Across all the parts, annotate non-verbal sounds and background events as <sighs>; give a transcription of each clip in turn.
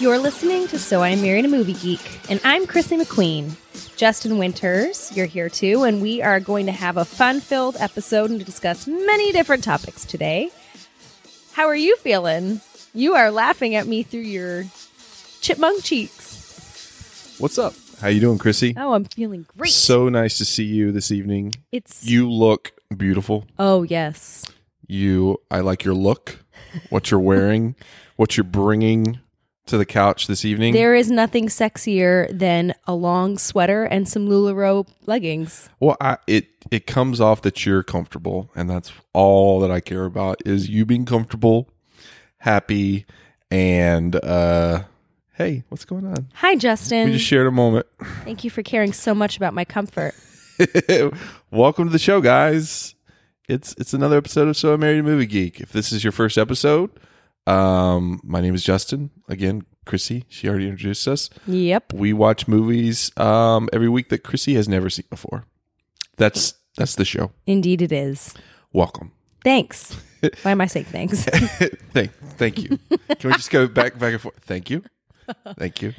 You're listening to So I Married a Movie Geek, and I'm Chrissy McQueen. Justin Winters, you're here too, and we are going to have a fun filled episode and discuss many different topics today. How are you feeling? You are laughing at me through your chipmunk cheeks. What's up? How you doing, Chrissy? Oh, I'm feeling great. So nice to see you this evening. it's You look beautiful. Oh, yes. You, I like your look. <laughs> What you're wearing, what you're bringing to the couch this evening. There is nothing sexier than a long sweater and some LuLaRoe leggings. well, I, it it comes off that you're comfortable, and that's all that I care about is you being comfortable, happy, and uh, hey, what's going on? Hi, We Justin. just shared a moment. Thank you for caring so much about my comfort. <laughs> Welcome to the show, guys. It's it's another episode of So I Married a Movie Geek. If this is your first episode, um, my name is Justin. Again, Chrissy. She already introduced us. Yep. We watch movies um, every week that Chrissy has never seen before. That's that's the show. Indeed, it is. Welcome. <laughs> Thanks. Why am I saying thanks? thank thank you. Can we just go back back and forth? Thank you. Thank you.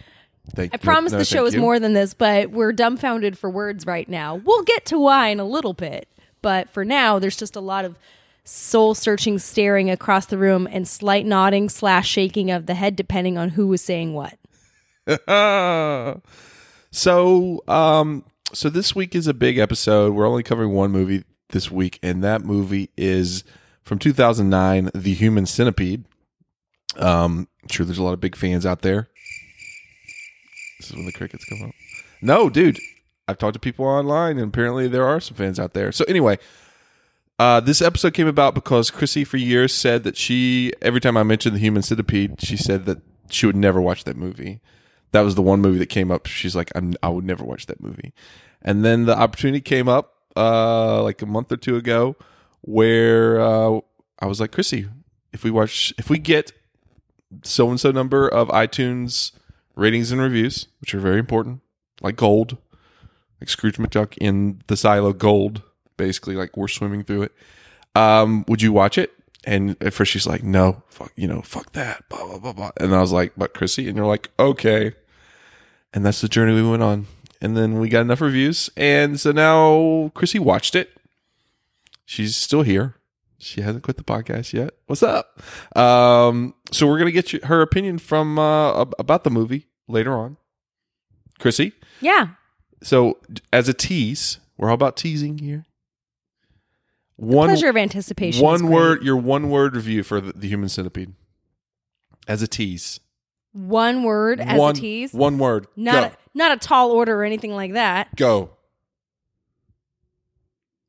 I Thank you. promise No, the show thank is you. more than this, but we're dumbfounded for words right now. We'll get to why in a little bit, but for now, there's just a lot of soul searching, staring across the room, and slight nodding slash shaking of the head, depending on who was saying what. <laughs> so um so this week is a big episode we're only covering one movie this week and that movie is from 2009 the human centipede um I'm sure there's a lot of big fans out there this is when the crickets come up no dude i've talked to people online and apparently there are some fans out there so anyway uh, this episode came about because Chrissy, for years, said that she, every time I mentioned the human centipede, she said that she would never watch that movie. That was the one movie that came up. She's like, I'm, I would never watch that movie. And then the opportunity came up uh, like a month or two ago where uh, I was like, Chrissy, if we watch, if we get so and so number of iTunes ratings and reviews, which are very important, like gold, like Scrooge McDuck in the silo gold, basically like we're swimming through it. Um, would you watch it? And at first she's like, no, fuck, you know, fuck that, blah blah blah blah. And I was like, but Chrissy, and you're like, okay. And that's the journey we went on. And then we got enough reviews, and so now Chrissy watched it. She's still here. She hasn't quit the podcast yet. What's up? Um, so we're gonna get you, her opinion from uh, ab- about the movie later on. Chrissy, Yeah. so d- as a tease, we're all about teasing here. One Pleasure of anticipation. is one great. word, your one word review for the, the Human Centipede as a tease. One word as one, a tease. One word. Not a, not a tall order or anything like that. go. go.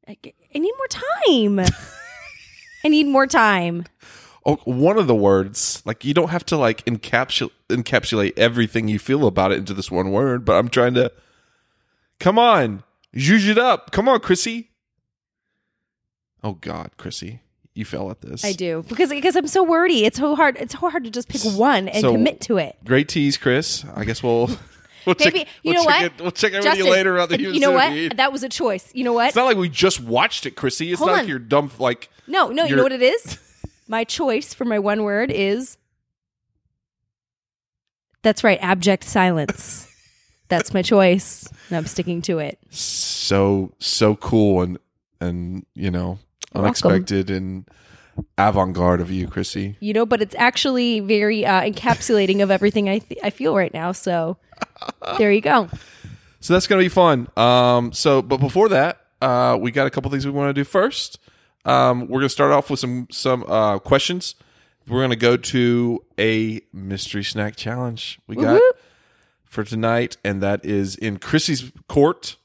I, g- I need more <laughs> time. I need more time. Oh, one of the words. Like you don't have to like encapsulate encapsulate everything you feel about it into this one word. But I'm trying to. Come on, zhuzh it up. Come on, Chrissy. Oh God, Chrissy, you fell at this. I do because because I'm so wordy. It's so hard. It's so hard to just pick one and So- commit to it. Great tease, Chris. I <laughs> guess we'll we'll Maybe check, you we'll know check what? It, we'll check in with Justin, you later about the You human know centipede. what? That was a choice. You know what? It's not like we just watched it, Chrissy. It's Hold not on. like you're dumb. Like no, no. You you're- know what it <laughs> is? My choice for my one word is. That's right. Abject <laughs> silence. That's my choice, and I'm sticking to it. so so cool and and you know You're welcome. unexpected and avant garde of you, Chrissy. You know, but it's actually very uh, encapsulating of everything I th- I feel right now. So there you go. So that's gonna be fun. Um, so but before that, uh, we got a couple things we want to do first. Um, we're gonna start off with some some uh, questions. We're gonna go to a mystery snack challenge we got Woo-hoo. for tonight, and that is in Chrissy's court.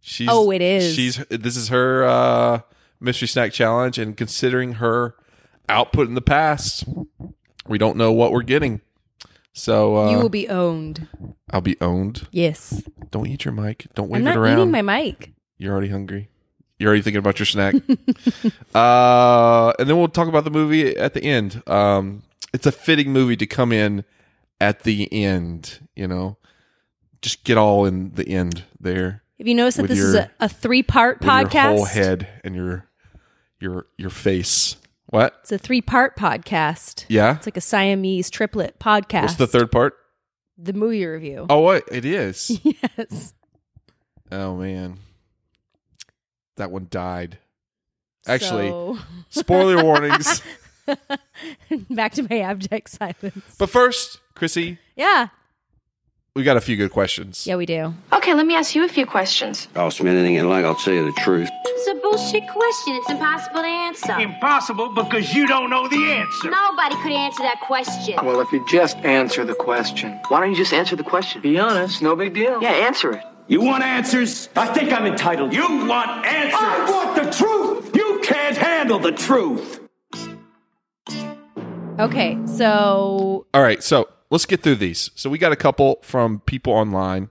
She's Oh, it is. She's this is her uh, mystery snack challenge, and considering her output in the past, we don't know what we're getting. So uh, you will be owned. I'll be owned. Yes. Don't eat your mic. Don't wave I'm it not around. eating my mic. You're already hungry. You're already thinking about your snack. <laughs> uh, and then we'll talk about the movie at the end. Um, it's a fitting movie to come in at the end, you know. Just get all in the end there. Have you noticed that With this is your- a, a three part With Your whole podcast? head and your your your face. What? It's a three part podcast. Yeah. It's like a Siamese triplet podcast. What's the third part? The movie review. Oh, what? It is. <laughs> <laughs> Yes. oh man, that one died. Actually, So, <laughs> spoiler warnings. back to my abject silence. But first, Chrissy, yeah. we got a few good questions. Yeah, we do. Okay, let me ask you a few questions. I'll spend anything in life. I'll tell you the truth. It's a bullshit question. It's impossible to answer. Impossible because you don't know the answer. Nobody could answer that question. Well, if you just answer the question. Why don't you just answer the question? Be honest. No big deal. Yeah, answer it. You want answers? I think I'm entitled. You want answers? I want the truth. You can't handle the truth. Okay. So, All right, so let's get through these. So we got a couple from people online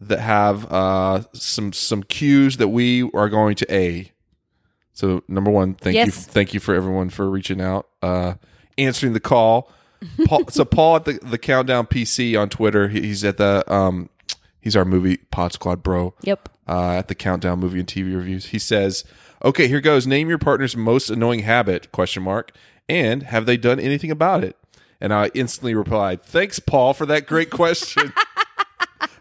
that have uh, some some cues that we are going to a. So number one, thank you, Yes. thank you for everyone for reaching out, uh, answering the call. Paul, so Paul at the, the countdown PC on Twitter, he- he's at the um, he's our movie Pod Squad bro. yep. uh, at the countdown movie and TV reviews. He says, "Okay, here goes. Name your partner's most annoying habit? Question mark. And have they done anything about it?" And I instantly replied, "Thanks, Paul, for that great question."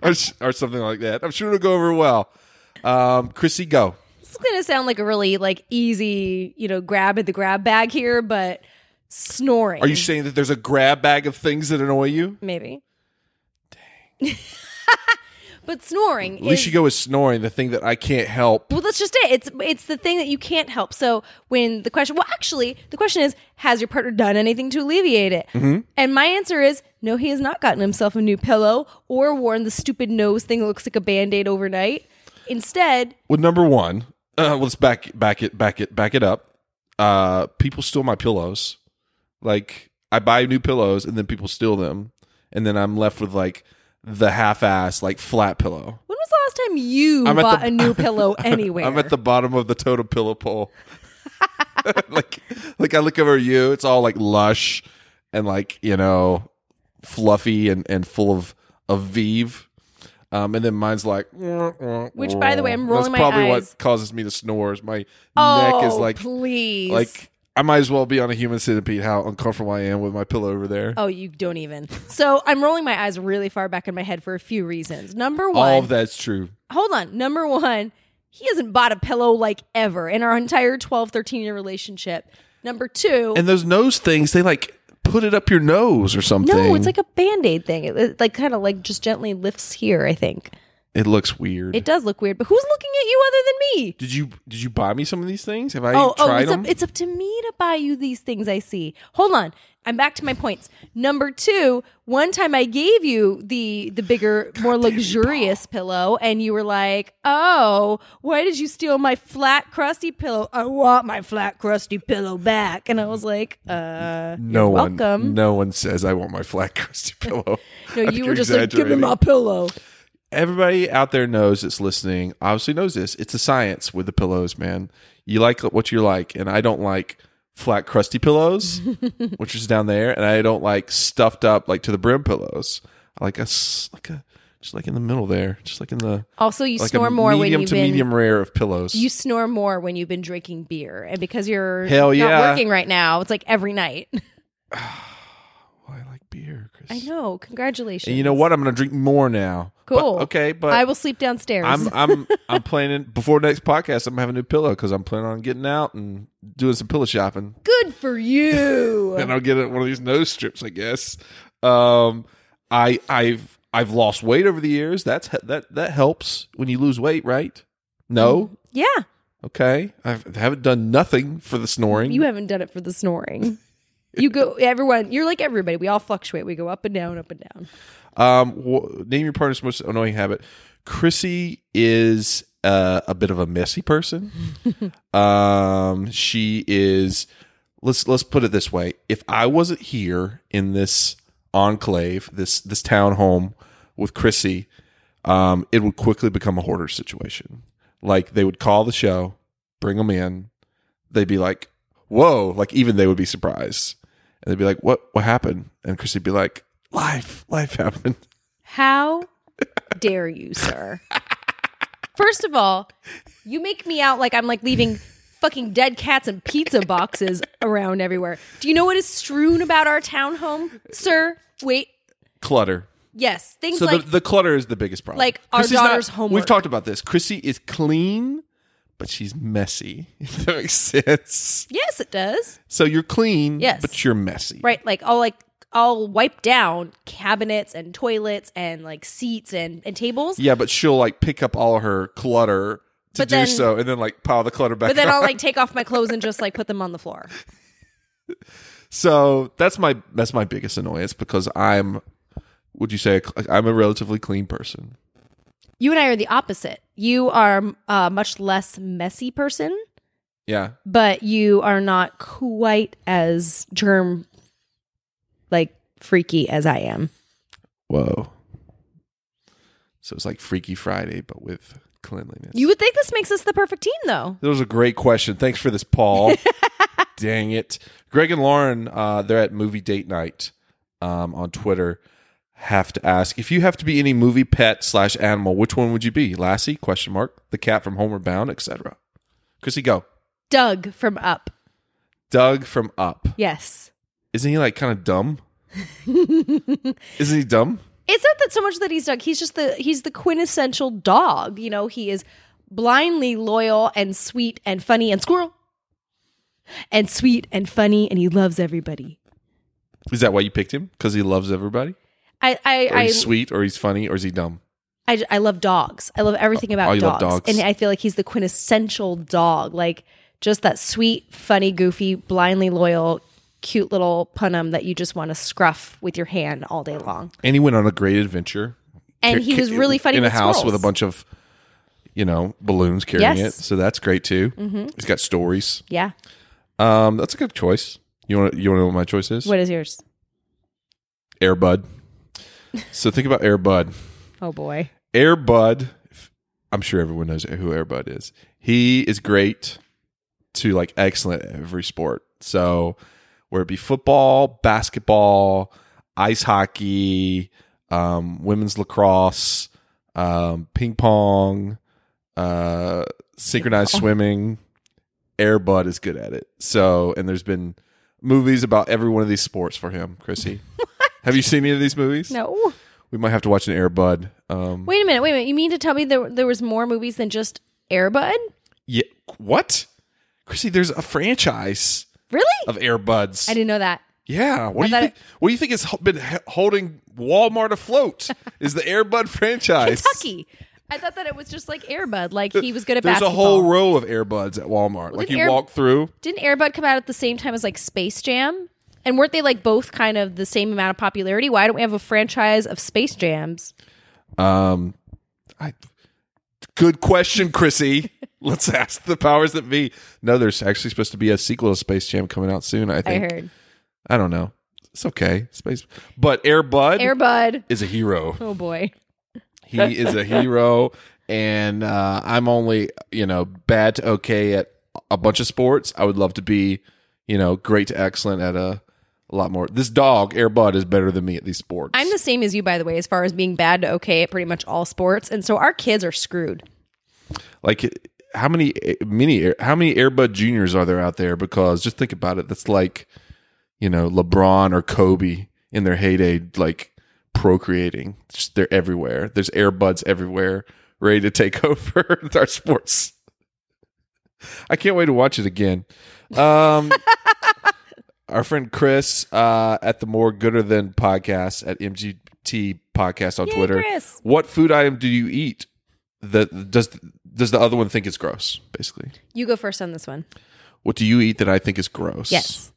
or, s- or something like that. I'm sure it'll go over well. Um, Chrissy, go. This is going to sound like a really like easy, you know, grab at the grab bag here, but snoring. Are you saying that there's a grab bag of things that annoy you? Maybe. Dang. <laughs> but snoring At least is you go with snoring, the thing that I can't help. Well, that's just it. It's it's the thing that you can't help. So when the question, well, actually, the question is, has your partner done anything to alleviate it? Mm-hmm. And my answer is no. He has not gotten himself a new pillow or worn the stupid nose thing that looks like a band aid overnight. Instead, Well, number one, uh, let's back back it back it back it up. Uh, people steal my pillows. Like I buy new pillows and then people steal them, and then I'm left with like the half-ass like flat pillow. when was the last time you I'm at bought the- a <laughs> new pillow anywhere? I'm at the bottom of the totem pillow pole. <laughs> like like I look over you, it's all like lush and like, you know, fluffy and and full of of vive. Um, and then mine's like, Which, by the way, I'm rolling That's my probably eyes. what causes me to snore. Is my oh, neck is like, please, like I might as well be on a human centipede. How uncomfortable I am with my pillow over there. Oh, you don't even. So I'm rolling my eyes really far back in my head for a few reasons. Number one, all of that's true. hold on. Number one, he hasn't bought a pillow like ever in our entire 12, 13 year relationship. Number two, And those nose things, they like put it up your nose or something. no, it's like a band aid thing. It, it, like kind of like just gently lifts here, I think. it looks weird. It does look weird, but who's looking at you other than me? Did you did you buy me some of these things? Have I Oh, oh, tried it's them? up, it's up to me to buy you these things I see. Hold on. I'm back to my points. Number two, one time I gave you the the bigger, more luxurious pillow, and you were like, "Oh, why did you steal my flat, crusty pillow? I want my flat, crusty pillow back." And I was like, "Uh, no one, welcome." no one says I want my flat <laughs> crusty pillow. <laughs> no, I you think were you're just like, "Give me exaggerating. my pillow." everybody out there knows that's listening obviously knows this it's a science with the pillows man you like what you like and i don't like flat crusty <laughs> pillows which is down there and i don't like stuffed up like to the brim pillows i like a s- like a just like in the middle there just like in the Also, Oh, you like snore a more when medium you've to been medium rare of pillows you snore more when you've been drinking beer, and because you're Hell not yeah. working right now, it's like every night. oh, i like beer chris I know. Congratulations. and you know what i'm gonna drink more now But- Cool. okay but I will sleep downstairs. I'm I'm I'm planning before next podcast. I'm having a new pillow because I'm planning on getting out and doing some pillow shopping. Good for you. <laughs> and I'll get it one of these nose strips, I guess. Um, I I've I've lost weight over the years. That's he- that that helps when you lose weight, right? No, yeah. okay. I've, I haven't done nothing for the snoring. You haven't done it for the snoring. You go, everyone, you're like everybody. We all fluctuate. We go up and down, up and down. um, wh- name your partner's most annoying habit. Chrissy is uh, a bit of a messy person. um, she is. Let's let's put it this way: if I wasn't here in this enclave, this this townhome with Chrissy, um, it would quickly become a hoarder situation. Like they would call the show, bring them in, they'd be like, "Whoa!" Like even they would be surprised, and they'd be like, "What? What happened?" And Chrissy'd be like, "Life, life happened." How dare you, sir? First of all, you make me out like I'm like leaving fucking dead cats and pizza boxes around everywhere. Do you know what is strewn about our townhome, sir? Wait, Clutter. yes, things So like the, the clutter is the biggest problem. like our not- daughter's homework. We've talked about this. Chrissy is clean, but she's messy. <laughs> If that makes sense. yes, it does. So you're clean, Yes. but you're messy. Right, like all like all wiped down cabinets and toilets and like seats and and tables. Yeah, but she'll like pick up all her clutter to But do then- so, and then like pile the clutter back. But then on. I'll like take off my clothes and just like put them on the floor. so that's my that's my biggest annoyance because I'm, would you say i I'm a relatively clean person? You and I are the opposite. You are a much less messy person, Yeah, but you are not quite as germ like freaky as I am. Whoa. So it's like Freaky Friday, but with cleanliness. You would think this makes us the perfect team though. that was a great question. Thanks for this, Paul. Dang it. Greg and Lauren, uh, they're at movie date night um, on Twitter. Have to ask if you have to be any movie pet slash animal, which one would you be? Lassie? Question mark. The cat from Homeward Bound, etc. Chrissy, go. Doug from Up. Doug from Up. Yes. Isn't he like kind of dumb? Isn't he dumb? It's not that so much that he's Doug. He's just the he's the quintessential dog. You know, he is blindly loyal and sweet and funny and squirrel. And sweet and funny and he loves everybody. Is that why you picked him? Because he loves everybody, I I, or I he's sweet, or he's funny, or is he dumb? I, j- I love dogs. I love everything about oh, you love dogs. dogs. And I feel like he's the quintessential dog. Like just that sweet, funny, goofy, blindly loyal, cute little punum that you just want to scruff with your hand all day long. and he went on a great adventure. And Ca- he ca- was really funny in with a house squirrels. with a bunch of, you know, balloons carrying Yes. Mm-hmm. it. So that's great too. He's got stories. Yeah. Um, that's a good choice. You want you want to know what my choice is? What is yours? <laughs> Airbud. so think about Airbud. Oh boy. Airbud. I'm sure everyone knows who Airbud is. He is great to like excellent at every sport. So whether it be football, basketball, ice hockey, um, women's lacrosse, um, ping pong, uh, synchronized swimming, Airbud is good at it. So and there's been movies about every one of these sports for him, Chrissy. Have you seen any of these movies? No. We might have to watch an Airbud. Um, Wait a minute. Wait a minute. You mean to tell me there, there was more movies than just Airbud? Yeah. What? Chrissy, there's a franchise Really? of Airbuds. I didn't know that. yeah. What I do you thought think? What do you think has h- been h- holding Walmart afloat? <laughs> is the Airbud franchise? Kentucky. I thought that it was just like Airbud. Like he was good at There's basketball. a whole row of Airbuds at Walmart. like didn't you Air- walk through. Didn't Airbud come out at the same time as like Space Jam? And weren't they like both kind of the same amount of popularity? Why don't we have a franchise of Space Jams? Um, I. Good <laughs> question, Chrissy. Let's ask the powers that be. No, there's actually supposed to be a sequel to Space Jam coming out soon. I I think. heard I don't know. It's okay. Space, but Airbud Airbud. is a hero. Oh boy, He is a hero, and uh, I'm only you know bad to okay at a bunch of sports. I would love to be you know great to excellent at a, a lot more. This dog Airbud is better than me at these sports. I'm the same as you, by the way, as far as being bad to okay at pretty much all sports, and so our kids are screwed. like how many many how many Airbud juniors are there out there? Because just think about it. That's like you know LeBron or Kobe in their heyday, like procreating. Just they're everywhere. There's Airbuds everywhere, ready to take <laughs> over our sports. I can't wait to watch it again. Um, <laughs> our friend Chris uh, at the More Gooder Than podcast at MGT podcast on Twitter. Chris. What food item do you eat that does does the other one think it's gross? Basically, You go first on this one. what do you eat that I think is gross? Yes.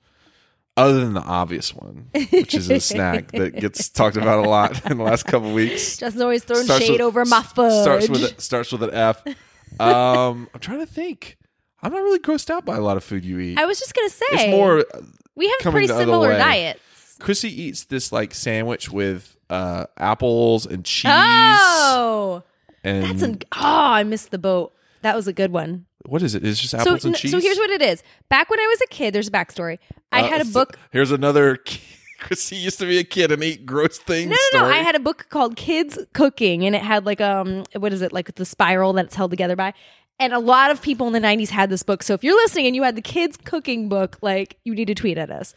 Other than the obvious one, which is a snack that <laughs> gets talked about a lot in the last couple weeks. Justin's always throwing Starts shade with- over my s- fudge. Starts with a- starts with an F. Um, I'm trying to think. I'm not really grossed out by a lot of food you eat. I was just gonna say it's more we have coming pretty the other similar way. diets. Chrissy eats this like sandwich with uh, apples and cheese. Oh, and that's an oh, I missed the boat. That was a good one. what is it? It's just apples so, and n- cheese. so here's what it is. Back when I was a kid, there's a backstory. I Uh, had a so- book. here's another. <laughs> Chrissy used to be a kid and eat gross things. No, no, no. story. I had a book called Kids Cooking, and it had like um, what is it like the spiral that it's held together by. And a lot of people in the '90s had this book. So if you're listening and you had the Kids Cooking book, like you need to tweet at us.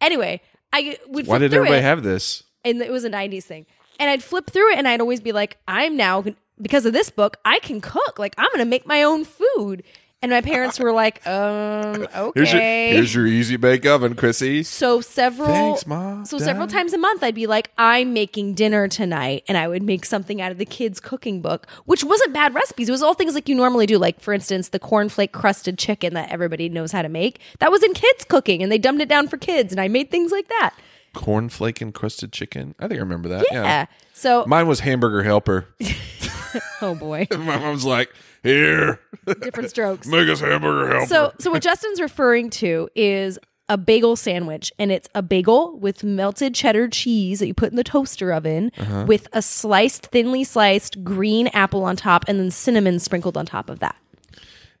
Anyway, I would. Why flip did through everybody it. have this? and it was a 90s thing and i'd flip through it and i'd always be like i'm now because of this book i can cook like i'm gonna make my own food and my parents were like <laughs> um Here's your, okay here's your easy bake oven, Chrissy. so several Thanks, Ma, so Dad. several times a month i'd be like i'm making dinner tonight and i would make something out of the kids cooking book which wasn't bad recipes it was all things like you normally do like for instance the cornflake crusted chicken that everybody knows how to make that was in kids cooking and they dumbed it down for kids and i made things like that Cornflake encrusted chicken. I think I remember that. Yeah. yeah so Mine was <laughs> hamburger helper. <laughs> oh boy My mom's like, <laughs> here, different strokes make us hamburger helper. So, so what Justin's referring to is a bagel sandwich, and it's a bagel with melted cheddar cheese that you put in the toaster oven, Uh-huh. with a sliced, thinly sliced green apple on top, and then cinnamon sprinkled on top of that.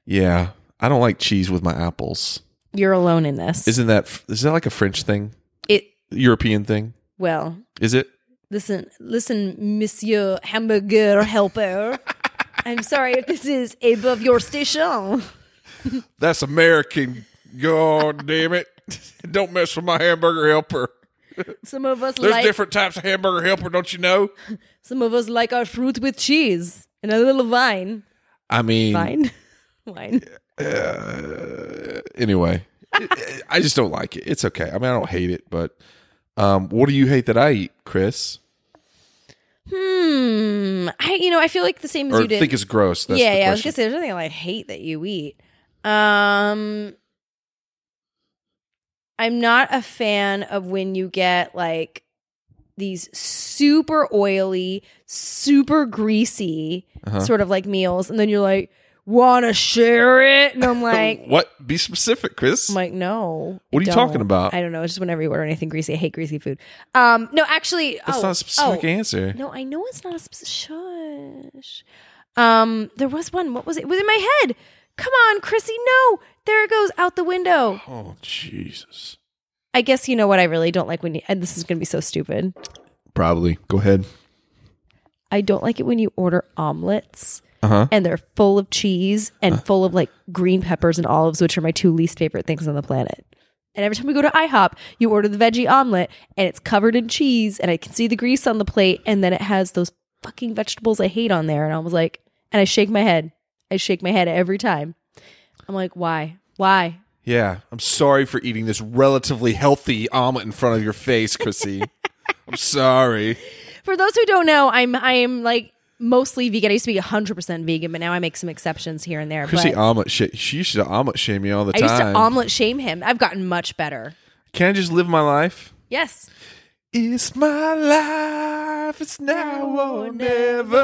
yeah, I don't like cheese with my apples. You're alone in this. Isn't that is that like a French thing, it European thing? well? Is it? Listen, listen, Monsieur Hamburger Helper. I'm sorry if this is above your station. That's American. <laughs> God damn it! Don't mess with my hamburger helper. Some of us There's like different types of hamburger helper, don't you know? some of us like our fruit with cheese and a little wine. I mean, Wine, <laughs> wine. anyway, I- I just don't like it. It's okay. I mean, I don't hate it, but um, what do you hate that I eat, Chris? Hmm. I you know I feel like the same as Or you did. think it's gross? That's yeah, the yeah. I was question. gonna say there's nothing I hate that you eat. Um, I'm not a fan of when you get like these super oily, super greasy Uh-huh. sort of like meals, and then you're like, "Wanna share it?" And <laughs> I'm like. What? Be specific, Chris. I'm like, no. I What are you don't. talking about? I don't know. It's just whenever you order anything greasy, I hate greasy food. Um, no, actually, That's oh, not a specific oh, answer. no, I know it's not a specific. Shush. Um, there was one. What was it? It was in my head. Come on, Chrissy. No, there it goes out the window. Oh Jesus! I guess you know what I really don't like when you. And this is going to be so stupid. Probably. Go ahead. I don't like it when you order omelets Uh-huh. Uh. and they're full of cheese and full of like green peppers and olives, which are my two least favorite things on the planet. And every time we go to IHOP, you order the veggie omelet and it's covered in cheese and I can see the grease on the plate and then it has those fucking vegetables I hate on there. And I was like, and I shake my head. I shake my head every time. I'm like, why? Why? Yeah, I'm sorry for eating this relatively healthy omelet in front of your <laughs> face, Chrissy. I'm sorry. For those who don't know, I'm I'm like mostly vegan. I used to be 100% vegan, but now I make some exceptions here and there. Chrissy but- omelet shit. She used to omelet shame me all the I time. used to omelet shame him. I've gotten much better. Can I just live my life? Yes. It's my life. It's now or never.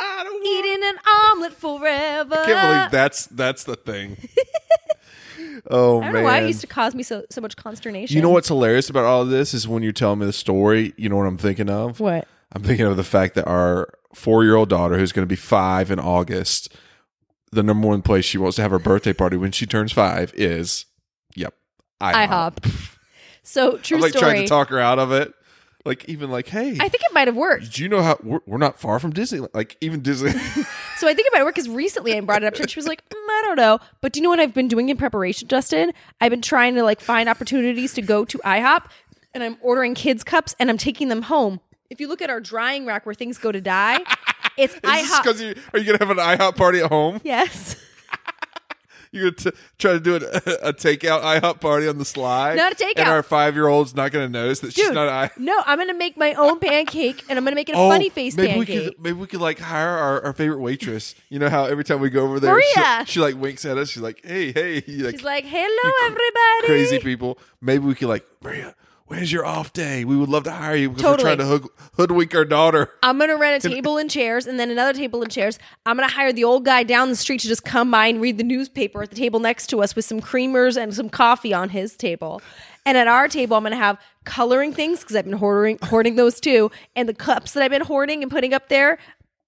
I don't want- Eating an omelet forever. I can't believe that's that's <laughs> the thing. oh I don't man. know why it used to cause me so, so much consternation. you know what's hilarious about all of this is when you're telling me the story, you know what I'm thinking of? What? I'm thinking of the fact that our four year old daughter, who's going to be five in August, the number one place she wants to have her birthday party when she turns five is, yep, I IHOP. hop. So true I'm like story. trying to talk her out of it. Like, even like, hey, I think it might have worked. do you know how we're, we're not far from Disney? Like, even Disney. <laughs> So I think it might work because recently I brought it up to her. and She was like, mm, I don't know. But do you know what I've been doing in preparation, Justin? I've been trying to like find opportunities to go to IHOP and I'm ordering kids' cups and I'm taking them home. If you look at our drying rack where things go to die, it's <laughs> Is this IHOP. because you are you gonna have an IHOP party at home? yes. You're gonna t- try to do an, <laughs> a takeout IHOP party on the slide. Not a takeout. And our five year old's not gonna notice that she's Dude, not. I- no, I'm gonna make my own pancake and I'm gonna make it a Oh, funny face maybe pancake. We could, maybe we could like hire our, our favorite waitress. You know how every time we go over there, Maria! She, she like winks at us. She's like, "Hey, <laughs> hey!" Like, She's like, "You "Hello, cr- everybody." Crazy people. Maybe we could like Maria. Where's your off day? We would love to hire you because Totally. we're trying to hood- hoodwink our daughter. I'm gonna rent a table and chairs, and then another table and chairs. I'm gonna hire the old guy down the street to just come by and read the newspaper at the table next to us with some creamers and some coffee on his table. And at our table, I'm gonna have coloring things because I've been hoarding hoarding those too, and the cups that I've been hoarding and putting up there.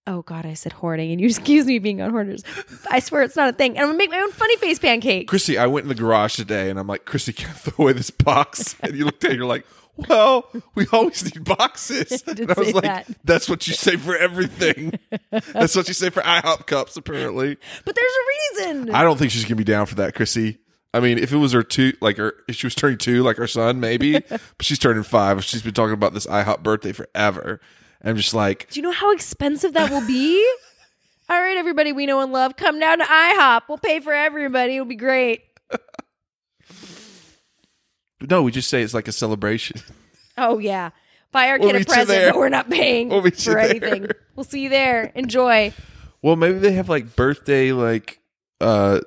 Oh God, I said hoarding, and you <laughs> excuse me being on hoarders. I swear it's not a thing. And I'm gonna make my own funny face pancake. Chrissy, I went in the garage today and I'm like, Chrissy, can I throw away <laughs> this box? And you looked at it, you're like, well, we always <laughs> need boxes. I did and I was say like, that. that's what you say for everything. <laughs> that's what you say for IHOP cups, apparently. But there's a reason. I don't think she's gonna be down for that, Chrissy. I mean, if it was her two, like her, if she was turning two, like her <laughs> son, maybe, but she's turning five. She's been talking about this IHOP birthday forever. And I'm just like, Do you know how expensive that will be? <laughs> All right, everybody we know and love, come down to IHOP. We'll pay for everybody. It'll be great. no, we just say it's like a celebration. <laughs> Oh yeah. Buy our We'll kid a meet you present, there. but we're not paying We'll meet you for anything. there. We'll see you there. Enjoy. Well, maybe they have like birthday like uh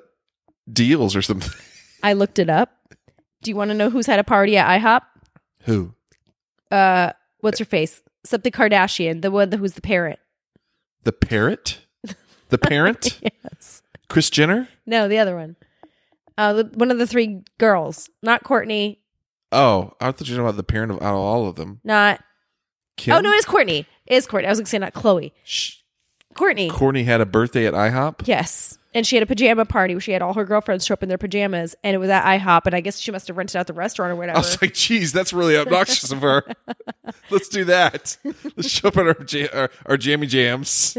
deals or something. <laughs> I looked it up. Do you want to know who's had a party at IHOP? Who? Uh, what's her face? Something Kardashian, the one who's the parent. The parrot? The parent? <laughs> Yes. Chris Jenner? No, the other one. Uh, the, one of the three girls, not Courtney, Oh, I thought you were talking about the parent of out of all of them. not. Kim? Oh no, it's Courtney. It's Courtney. I was going to say not Chloe. Shh. Courtney. Courtney had a birthday at IHOP. Yes. And she had a pajama party where she had all her girlfriends show up in their pajamas, and it was at IHOP. And I guess she must have rented out the restaurant or I whatever. was like, geez, that's really obnoxious of her. Let's do that. Let's show up at our, ja- our, our jammy jams.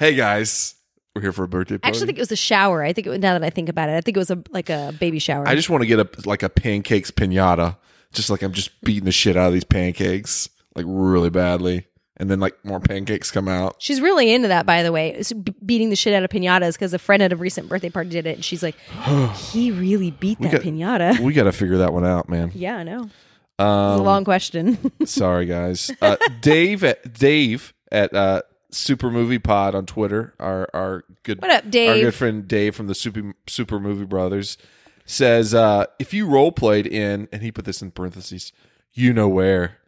hey, guys. We're here for a birthday I party. actually think it was a shower. I think it was, now that I think about it, I think it was a like a baby shower. I just want to get a like a pancakes pinata. Just like I'm just beating the shit out of these pancakes, like really badly. And then like more pancakes come out. she's really into that, by the way, It's b- beating the shit out of pinatas because a friend at a recent birthday party did it, and she's <gasps> like, he really beat that got- pinata. We got to figure that one out, man. <laughs> yeah, I know. Um, It's a long question. Sorry, guys. Uh, Dave at Dave at uh, Super Movie Pod on Twitter. Our our good What up, Dave? Our good friend Dave from the Super Super Movie Brothers says uh, if you role played in and he put this in parentheses, you know where.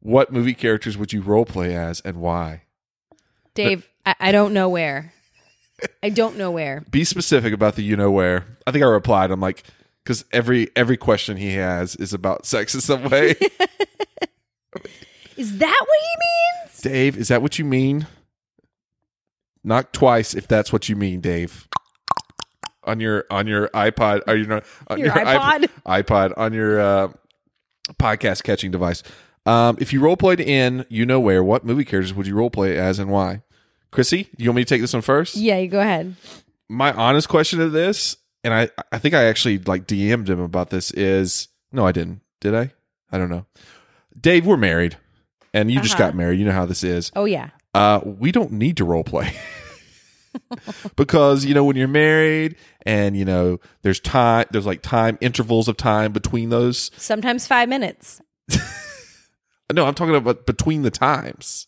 What movie characters would you role play as and why? <laughs> Dave, I, I don't know where. I don't know where. Be specific about the you know where. I think I replied. I'm like because every every question he has is about sex in some <laughs> way. Is that what he means? Dave, is that what you mean? Knock twice if that's what you mean, Dave. On your on your iPod, or you know, on Your iP- iPod? iPod on your uh, podcast catching device. Um, if you role played in, you know where. What movie characters would you role play as, and why? Chrissy, you want me to take this one first? Yeah, you go ahead. my honest question to this, and I, I think I actually like DM'd him about this is no, I didn't. Did I? I don't know. Dave, we're married, and you Uh-huh. just got married. You know how this is. Oh yeah. Uh, we don't need to role play <laughs> because you know when you're married, and you know there's time, there's like time intervals of time between those. Sometimes five minutes. No, I'm talking about between the times.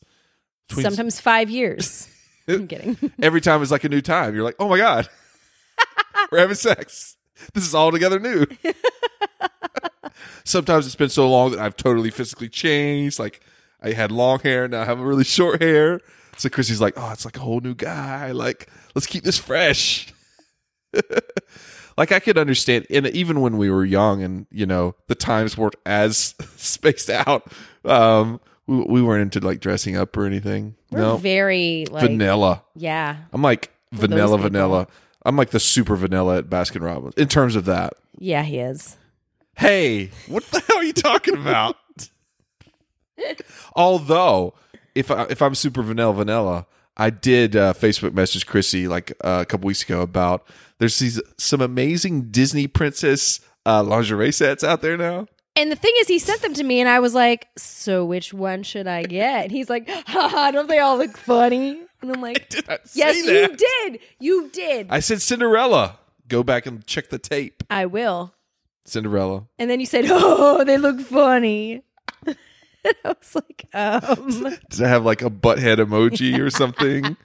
Between- Sometimes five <laughs> years. I'm kidding. every time is like a new time. You're like, oh my god, <laughs> we're having sex. This is altogether new. <laughs> Sometimes it's been so long that I've totally physically changed. Like I had long hair, now I have really short hair. So Chrissy's like, oh, it's like a whole new guy. Like let's keep this fresh. <laughs> like I could understand, and even when we were young, and you know the times weren't as <laughs> spaced out. Um, we, we weren't into like dressing up or anything. We're no, very like vanilla. yeah. I'm like those vanilla, people. vanilla. I'm like the super vanilla at Baskin Robbins in terms of that. Yeah, he is. Hey, what the <laughs> hell are you <laughs> talking about? Although, if I, if I'm super vanilla, vanilla, I did uh, Facebook message Chrissy like uh, a couple weeks ago about there's these some amazing Disney princess uh, lingerie sets out there now. And the thing is, he sent them to me, and I was like, "So which one should I get?" And he's like, <laughs> "Haha, don't they all look funny?" And <laughs> I'm like, Did I say "Yes, that? you did. You did. I, I said Cinderella. Go back and check the tape. will." Cinderella. And then you said, <laughs> "Oh, they look funny." <laughs> and I was like, <laughs> "Um, <laughs> Does it have like a butthead emoji <laughs> or something?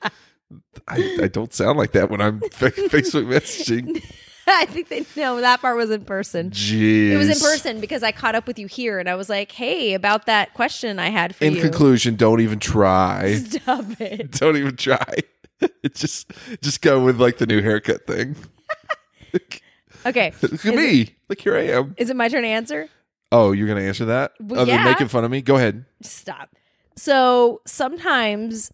I, I don't sound like that when I'm fa- Facebook messaging. I think they no, that part was in person. Jeez. It was in person because I caught up with you here and I was like, hey, about that question I had for In you. conclusion, don't even try. <laughs> Stop it. <laughs> don't even try. <laughs> It's just just go with like the new haircut thing. Okay. Look at me. Look here I am. Is it my turn to answer? Oh, you're gonna answer that? Well, Other than yeah. making fun of me? Go ahead. Stop. So sometimes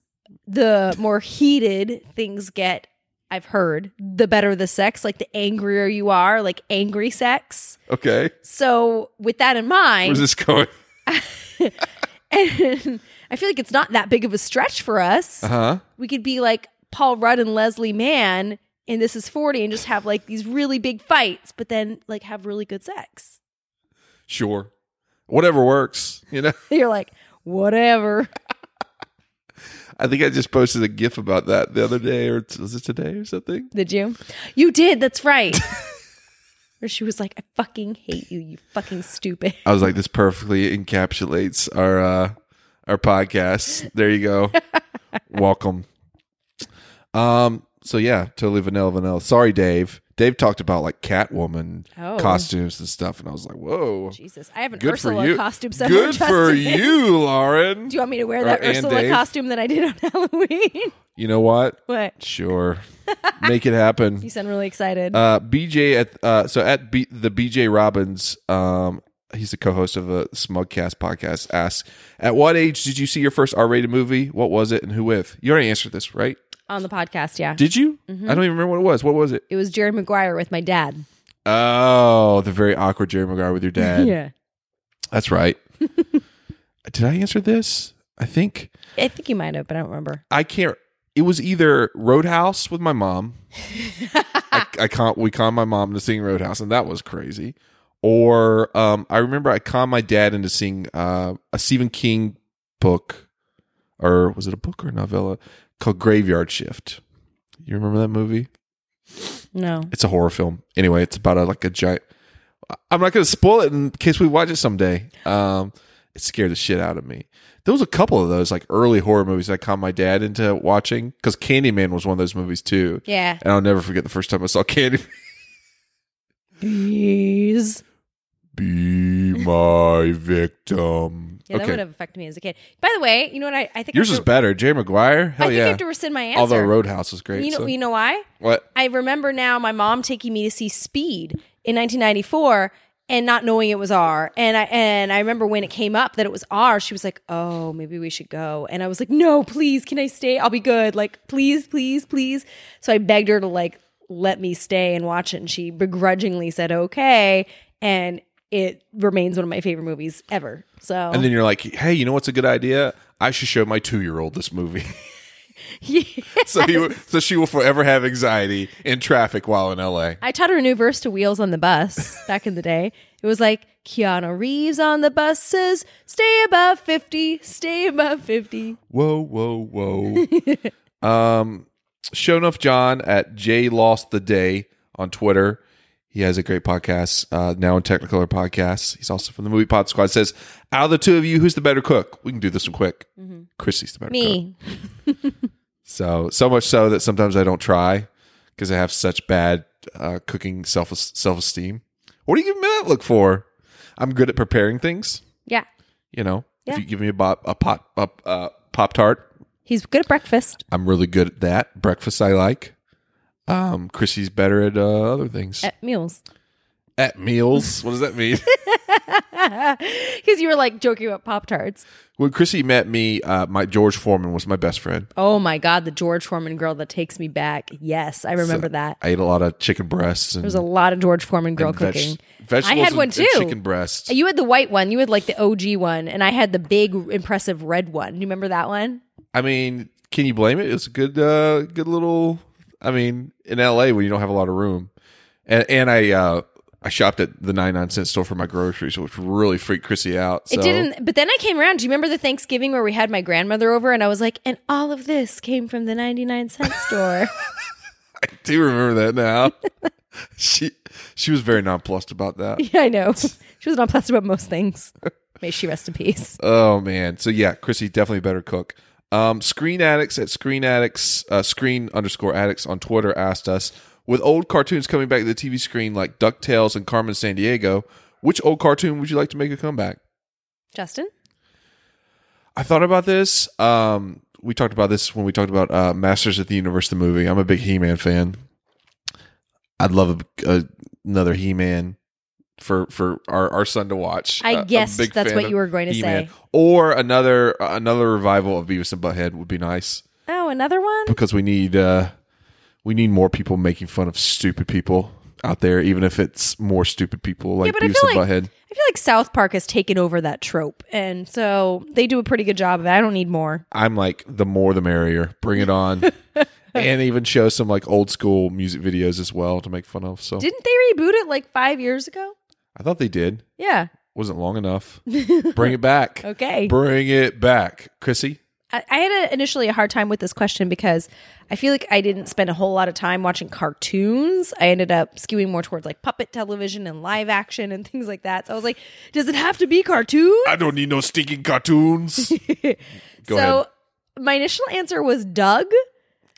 the more heated things get, I've heard, the better the sex, like the angrier you are, like angry sex. Okay. So with that in mind, Where's this going? <laughs> and <laughs> I feel like it's not that big of a stretch for us. Uh huh. We could be like Paul Rudd and Leslie Mann and This Is 40 and just have like these really big fights, but then like have really good sex. Sure. Whatever works. You know. You're like, whatever. I think I just posted a GIF about that the other day, or t- was it today or something? Did you? You did. That's <laughs> right. Where she was like, I fucking hate you, you fucking stupid. I was like, this perfectly encapsulates our uh, our podcast. There <laughs> you go. Welcome. Um. So yeah, totally vanilla, vanilla. Sorry, Dave. Dave talked about like Catwoman Oh. costumes and stuff, and I was like, whoa. Jesus. I have an Good Ursula for you. costume somewhere. Good for Justin. you, <laughs> Lauren. Do you want me to wear Or- that and Ursula Dave. costume that I did on <laughs> Halloween? You know what? what? <laughs> Sure. Make it happen. You sound really excited. uh, BJ at uh, so at B, the BJ Robbins, um, he's the co-host of a Smugcast podcast. Asks, at what age did you see your first R-rated movie? What was it, and who with? You already answered this, right? on the podcast, yeah. Did you? I don't even remember what it was. What was it? it was Jerry Maguire with my dad. Oh, the very awkward Jerry Maguire with your <laughs> dad. <laughs> Yeah. That's <laughs> right. did I answer this? I think I think you might have, but I don't remember. I can't. It was either Roadhouse with my mom. I, I con we conned my mom into seeing Roadhouse, and that was crazy. Or um, I remember I conned my dad into seeing uh, a Stephen King book, or was it a book or a novella called Graveyard Shift? You remember that movie? No. It's a horror film. Anyway, it's about a, like a giant. I'm not going to spoil it in case we watch it someday. Um, it scared the shit out of me. There was a couple of those like early horror movies I caught my dad into watching because Candyman was one of those movies too. Yeah. And I'll never forget the first time I saw <laughs> Candyman. Bees. Be my victim. Yeah, that would have affected me as a kid. By the way, you know what? I, I think Yours I is have to- better. Jerry Maguire. I Hell think yeah. I have to rescind my answer. Although Roadhouse was great. you know, so- you know why? what? I remember now my mom taking me to see Speed in 1994 and not knowing it was R. And I and I remember when it came up that it was R, she was like, "Oh, maybe we should go." And I was like, "No, please, can I stay? I'll be good. Like, please, please, please." So I begged her to like let me stay and watch it, and she begrudgingly said, "Okay." And it remains one of my favorite movies ever. So And then you're like, hey, you know what's a good idea? I should show my two year old this movie. <laughs> so he, so she will forever have anxiety in traffic while in LA. I taught her a new verse to Wheels on the <laughs> Bus back in the day. It was like Keanu Reeves on the bus says, "Stay above fifty, stay above 50. Whoa, whoa, whoa. <laughs> um, show enough John at J Lost the Day on Twitter. He has a great podcast uh, now in Technicolor Podcasts. He's also from the Movie Pod Squad. Says, out of the two of you, who's the better cook? We can do this one quick. Chrissy's the better cook. Me, So so much so that sometimes I don't try because I have such bad uh, cooking self self esteem. What do you give me that look for? I'm good at preparing things. yeah, You know, Yeah. if you give me a, bo- a pot a, uh, pop tart, he's good at breakfast. I'm really good at that. Breakfast I like. Um, Chrissy's better at uh, other things. At, At meals, meals, <laughs> what does that <laughs> mean? because you were like joking about Pop Tarts. when Chrissy met me, uh, my George Foreman was my best friend. Oh my God, the George Foreman girl that takes me back. Yes, I remember that. I ate a lot of chicken breasts and There was a lot of George Foreman girl and veg- cooking. vegetables. I had and- one and too. chicken breasts. You had the white one. You had like the OG one, and I had the big, impressive red one. Do you remember that one? I mean, can you blame it? It's a good, uh, good little. I mean, in LA when you don't have a lot of room, and and I uh, I shopped at the ninety nine cent store for my groceries, which really freaked Chrissy out. So It didn't, but then I came around. Do you remember the Thanksgiving where we had my grandmother over and I was like, and all of this came from the 99 cent <laughs> store? <laughs> I do remember that now. she she was very nonplussed about that. yeah, I know. She was not pleasant about most things. May she rest in peace. Oh man. So yeah, Chrissy definitely better cook. Um, screen addicts at screen addicts uh, screen underscore addicts on Twitter asked us with old cartoons coming back to the TV screen like DuckTales and Carmen Sandiego, which old cartoon would you like to make a comeback? Justin? I thought about this. Um, we talked about this when we talked about uh, Masters at the Universe, the movie. I'm a big He-Man fan. I'd love a, a- another He-Man for for our, our son to watch. I Uh, I'm a guessed big that's fan what of you were going to say. Or another another revival of Beavis and Butthead would be nice Oh, another one? because we need uh, we need more people making fun of stupid people out there, even if it's more stupid people like but I Beavis feel and like- Butthead. I feel like South Park has taken over that trope. And so they do a pretty good job of it. I don't need more. I'm like the more the merrier. Bring <laughs> it on. and even show some like old school music videos as well to make fun of. So Didn't they reboot it like five years ago? I thought they did. Yeah. Wasn't <laughs> long enough. Bring it back. Okay. Bring it back. Chrissy? I, I had a, initially a hard time with this question because I feel like I didn't spend a whole lot of time watching cartoons. I ended up skewing more towards like puppet television and live action and <laughs> things like that. So I was like, does it have to be cartoons? don't need no stinking <laughs> cartoons. so Go ahead. my initial answer was Doug,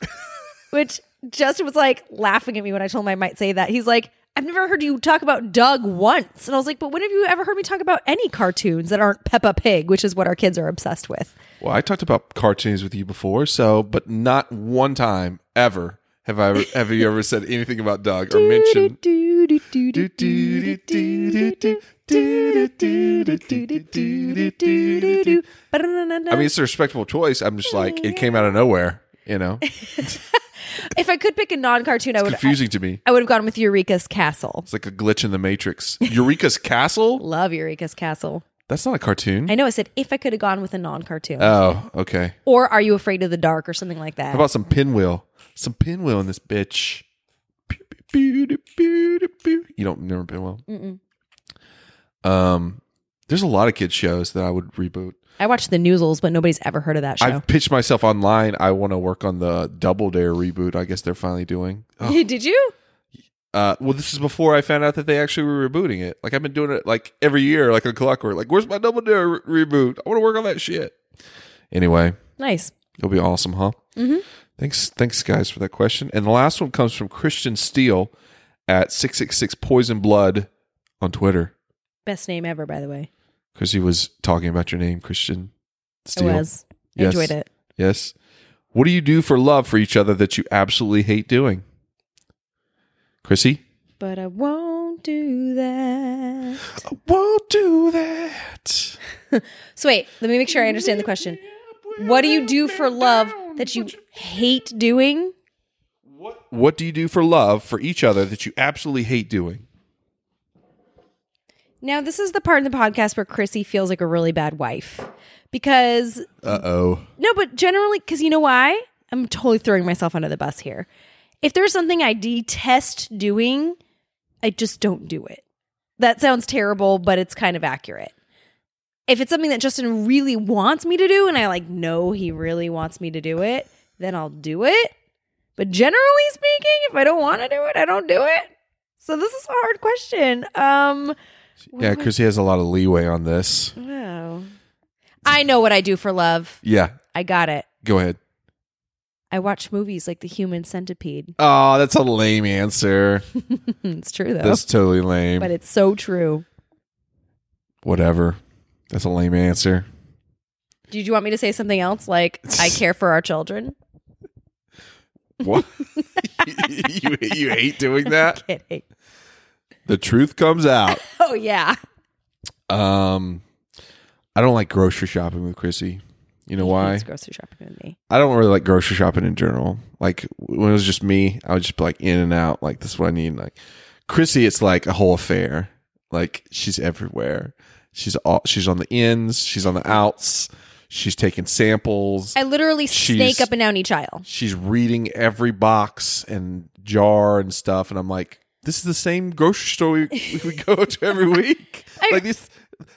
<laughs> which Justin was like laughing at me when I told him I might say that. He's like, I've never heard you talk about Doug once. And I was like, but when have you ever heard me talk about any cartoons that aren't Peppa Pig, which is what our kids are obsessed with? Well, I talked about cartoons with you before, so but not one time ever have <laughs> I ever have you ever said anything about Doug or mentioned I mean, it's a respectable choice. I'm just like, it came out of nowhere, you know? It's if I could pick a non cartoon, I <laughs> would confusing to me. I would have gone with Eureka's Castle. It's like a glitch in the Matrix. Eureka's Castle? Love Eureka's Castle. That's not a cartoon. I know I said if I could have gone with a non cartoon. Oh, okay. or Are You Afraid of the Dark or something like that. How about some pinwheel? Some pinwheel in this bitch. Pew, pew, pew, pew, pew, pew. You don't remember pinwheel? Um, there's a lot of kids shows that I would reboot. I watched the Newsles, but nobody's ever heard of that show. I've pitched myself online. I want to work on the Double Dare reboot. I guess they're finally doing. Oh, Did you? Uh, well, this is before I found out that they actually were rebooting it. Like I've been doing it like every year, like a clockwork. Like, where's my Double Dare re- reboot? I want to work on that shit. Anyway, Nice. it'll be awesome, huh? Mm-hmm. Thanks, thanks guys for that question. And the last one comes from Christian Steele at six six six Poison Blood on Twitter Best name ever, by the way. because he was talking about your name, Christian It Steele. was. I Yes. enjoyed it. Yes. What do you do for love for each other that you absolutely hate doing, Chrissy? But I won't do that. I won't do that. So wait, let me make sure I understand the question. What do you do for love that you hate doing? What do you do for love for each other that you absolutely hate doing? Now, this is the part in the podcast where Chrissy feels like a really bad wife. Because Uh oh. No, but generally, because you know why? I'm totally throwing myself under the bus here. If there's something I detest doing, I just don't do it. That sounds terrible, but it's kind of accurate. If it's something that Justin really wants me to do and I like know he really wants me to do it, then I'll do it. But generally speaking, if I don't want to do it, I don't do it. So this is a hard question. Um Yeah, Chrissy has a lot of leeway on this. oh. I know what I do for love. Yeah, I got it. go ahead. I watch movies like The Human Centipede. Mm, Oh, that's a lame answer. It's true though, That's totally lame. but it's so true. Whatever. That's a <laughs> lame answer. Did you want me to say something else like I <laughs> care for our children? What? <laughs> you, you hate doing that? Kidding. The truth comes out. Oh yeah. Um, I don't like grocery shopping with Chrissy. You know why? It's grocery shopping with me. I don't really like grocery shopping in general. Like when it was just me, I would just be like in and out. Like this is what I need. Like Chrissy, it's like a whole affair. Like she's everywhere. She's all. She's on the ins. She's on the outs. She's taking samples. I literally She's- snake up and down each aisle. she's reading every box and jar and <laughs> stuff. <laughs> And I'm like, this is the same grocery store we, we go to every week. like this,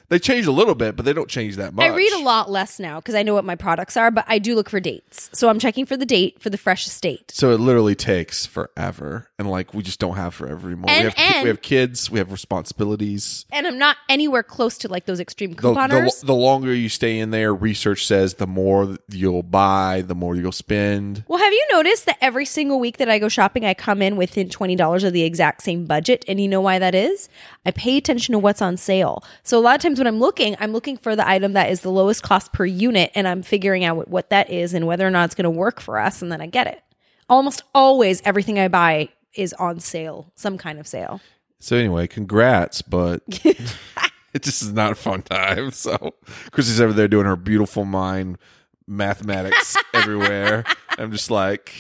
They change a little bit, but they don't change that much. I read a lot less now because I know what my products are, but I do look for dates. So I'm checking for the date for the freshest date. So it literally takes forever, and like we just don't have forever anymore. And- we, have ki- and- we have kids, we have responsibilities. And I'm not anywhere close to like those extreme The, couponers. the, the longer you stay in there, research says the more you'll buy, the more you'll spend. Well, have you noticed that every single week that I go shopping, I come in within $20 of the exact same budget? And you know why that is? I pay attention to what's on sale. So a lot of times when I'm looking, I'm looking for the item that is the lowest cost per unit and I'm figuring out what, what that is and whether or not it's going to work for us. And then I get it. Almost always everything I buy is on sale, some kind of sale. So anyway, congrats, but it just is not a fun time. <laughs> So Chrissy's over there doing her beautiful mind mathematics everywhere. I'm just like,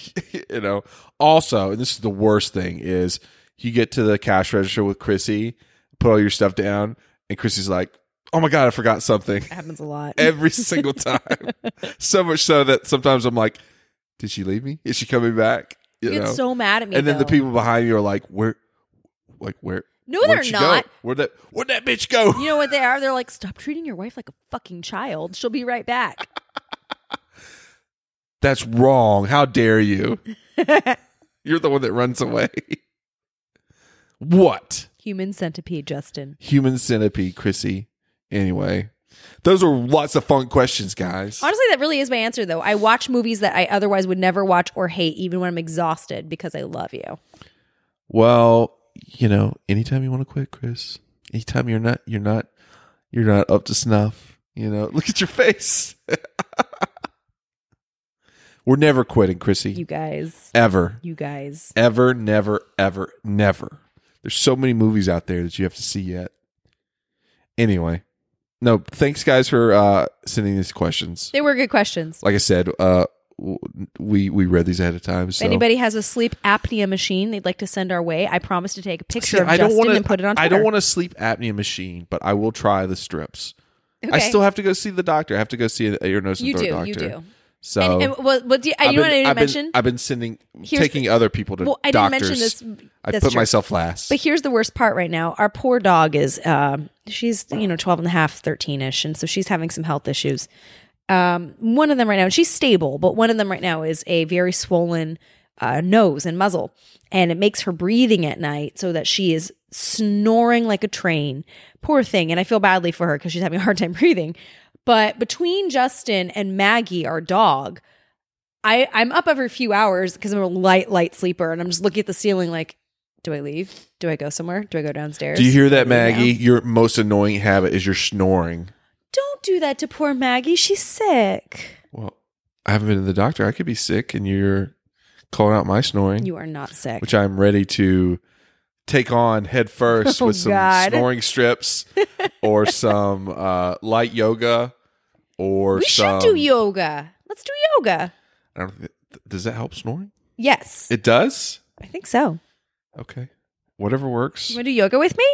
<laughs> you know. Also, and this is the worst thing is you get to the cash register with Chrissy, put all your stuff down, and Chrissy's like, "Oh my god, I forgot something." happens a lot. Every single time, <laughs> so much so that sometimes I'm like, "Did she leave me? Is she coming back?" You You get know? so mad at me. and then the though. people behind you are like, "Where, like where? No, where'd they're she not. Go? Where'd that where'd that bitch go? You know what they are? They're like, stop treating your wife like a fucking child. She'll be right <laughs> back. <laughs> That's wrong. How <laughs> dare you? You're the one that runs away. what Human centipede, Justin. human centipede, Chrissy? Anyway, those are lots of fun questions, guys. Honestly, that really is my answer, though. I watch movies that I otherwise would never watch or hate, even when I'm exhausted, because I love you. Well, you know, anytime you want to quit, Chris. Anytime you're not, you're not, you're not up to snuff. You know, <laughs> look at your face. <laughs> We're never quitting, Chrissy. You guys, ever, you guys. ever, never, ever, never. There's so many movies out there that you have to see yet. Anyway, no, thanks guys for uh, sending these questions. They were good questions. Like I said, uh, w- we we read these ahead of time. If So anybody has a sleep apnea machine they'd like to send our way, I promise to take a picture See, of Justin wanna- and put it on Twitter. I don't want a sleep apnea machine, but I will try the strips. I Okay. still have to go see the doctor. I have to go see a ear, nose, and You throat do, doctor. you do. So And, and well, what do you, I've you know been- what I didn't I've been- mention? I've been sending, Here's taking the- other people to Well, I didn't doctors. mention this. I That's put true. myself last. But here's the worst part right now. Our poor dog is, uh, she's, you know, 12 and a half, 13 ish. And so she's having some health issues. Um, one of them right now, she's stable, but one of them right now is a very swollen uh, nose and muzzle. And it makes her breathing at night so that she is snoring like a train. Poor thing. And I feel badly for her because she's having a hard time <laughs> breathing. But between Justin and Maggie, our dog, I, I'm up every few hours because I'm a light, light sleeper and I'm just looking at the ceiling like, do I leave? Do I go somewhere? Do I go downstairs? Do you hear that, Do I leave Maggie? now? Your most annoying habit is your snoring. Don't do that to poor Maggie. She's sick. Well, I haven't been to the doctor. I could be sick, and you're calling out my snoring, You <laughs> are not sick. which I'm ready to take on head first Oh, with some God. <laughs> snoring strips or some uh, light yoga or we some. should do yoga. Let's do yoga. I don't, th- does that help snoring? Yes, It does. I think so. Okay, whatever works. You want to do yoga with me?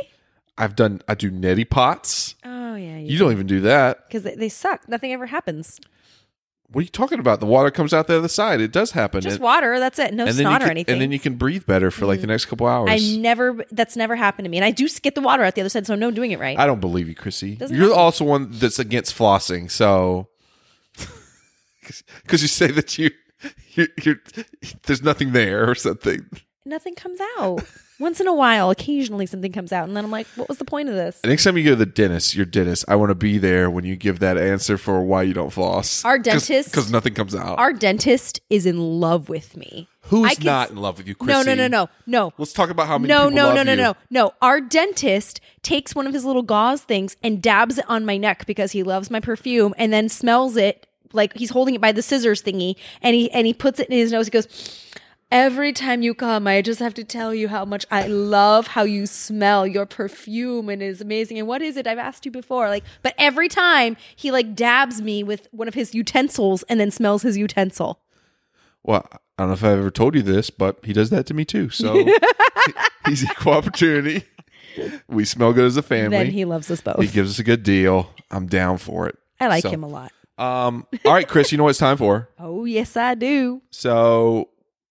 I've done. I do neti pots. Oh yeah, You don't even do that. because they, they suck. Nothing ever happens. What are you talking about? The water comes out the other side. It does happen. Just It- water. That's it. No then you snot or can- anything. Mm. And then you can breathe better for like the next couple hours. I I, never. That's never happened to me. And I do get the water out the other side, so I know I'm doing it right. don't believe you, Chrissy. Doesn't You're happen. also one that's against flossing. So, <laughs> because you say that you, you you're, there's nothing there or something. Nothing comes out. Once in a while, occasionally something comes out, and then I'm like, what was the point of this? The next time you go to the dentist, your dentist, I want to be there when you give that answer for why you don't floss. Our dentist- because nothing comes out. Our dentist is in love with me. I Who's can not s- in love with you, No, Chrissy? no, no, no, no. Let's talk about how many. no, people no, love no, no, you. no, no. Our dentist takes one of his little gauze things and dabs it on my neck because he loves my perfume, and then smells it like he's holding it by the scissors thingy, and he and he puts it in his nose. He goes. Every time you come, I just have to tell you how much I love how you smell. Your perfume and it is amazing. And what is it? I've asked you before. Like, but every time he like dabs me with one of his utensils and then smells his utensil. Well, I don't know if I've ever told you this, but he does that to me <laughs> too. So he's equal opportunity. We smell good as a family. Then he loves us both. He gives us a good deal. I'm down for it. I like So, him a lot. Um, all right, Chris, you know what it's time for? Oh yes, I do. So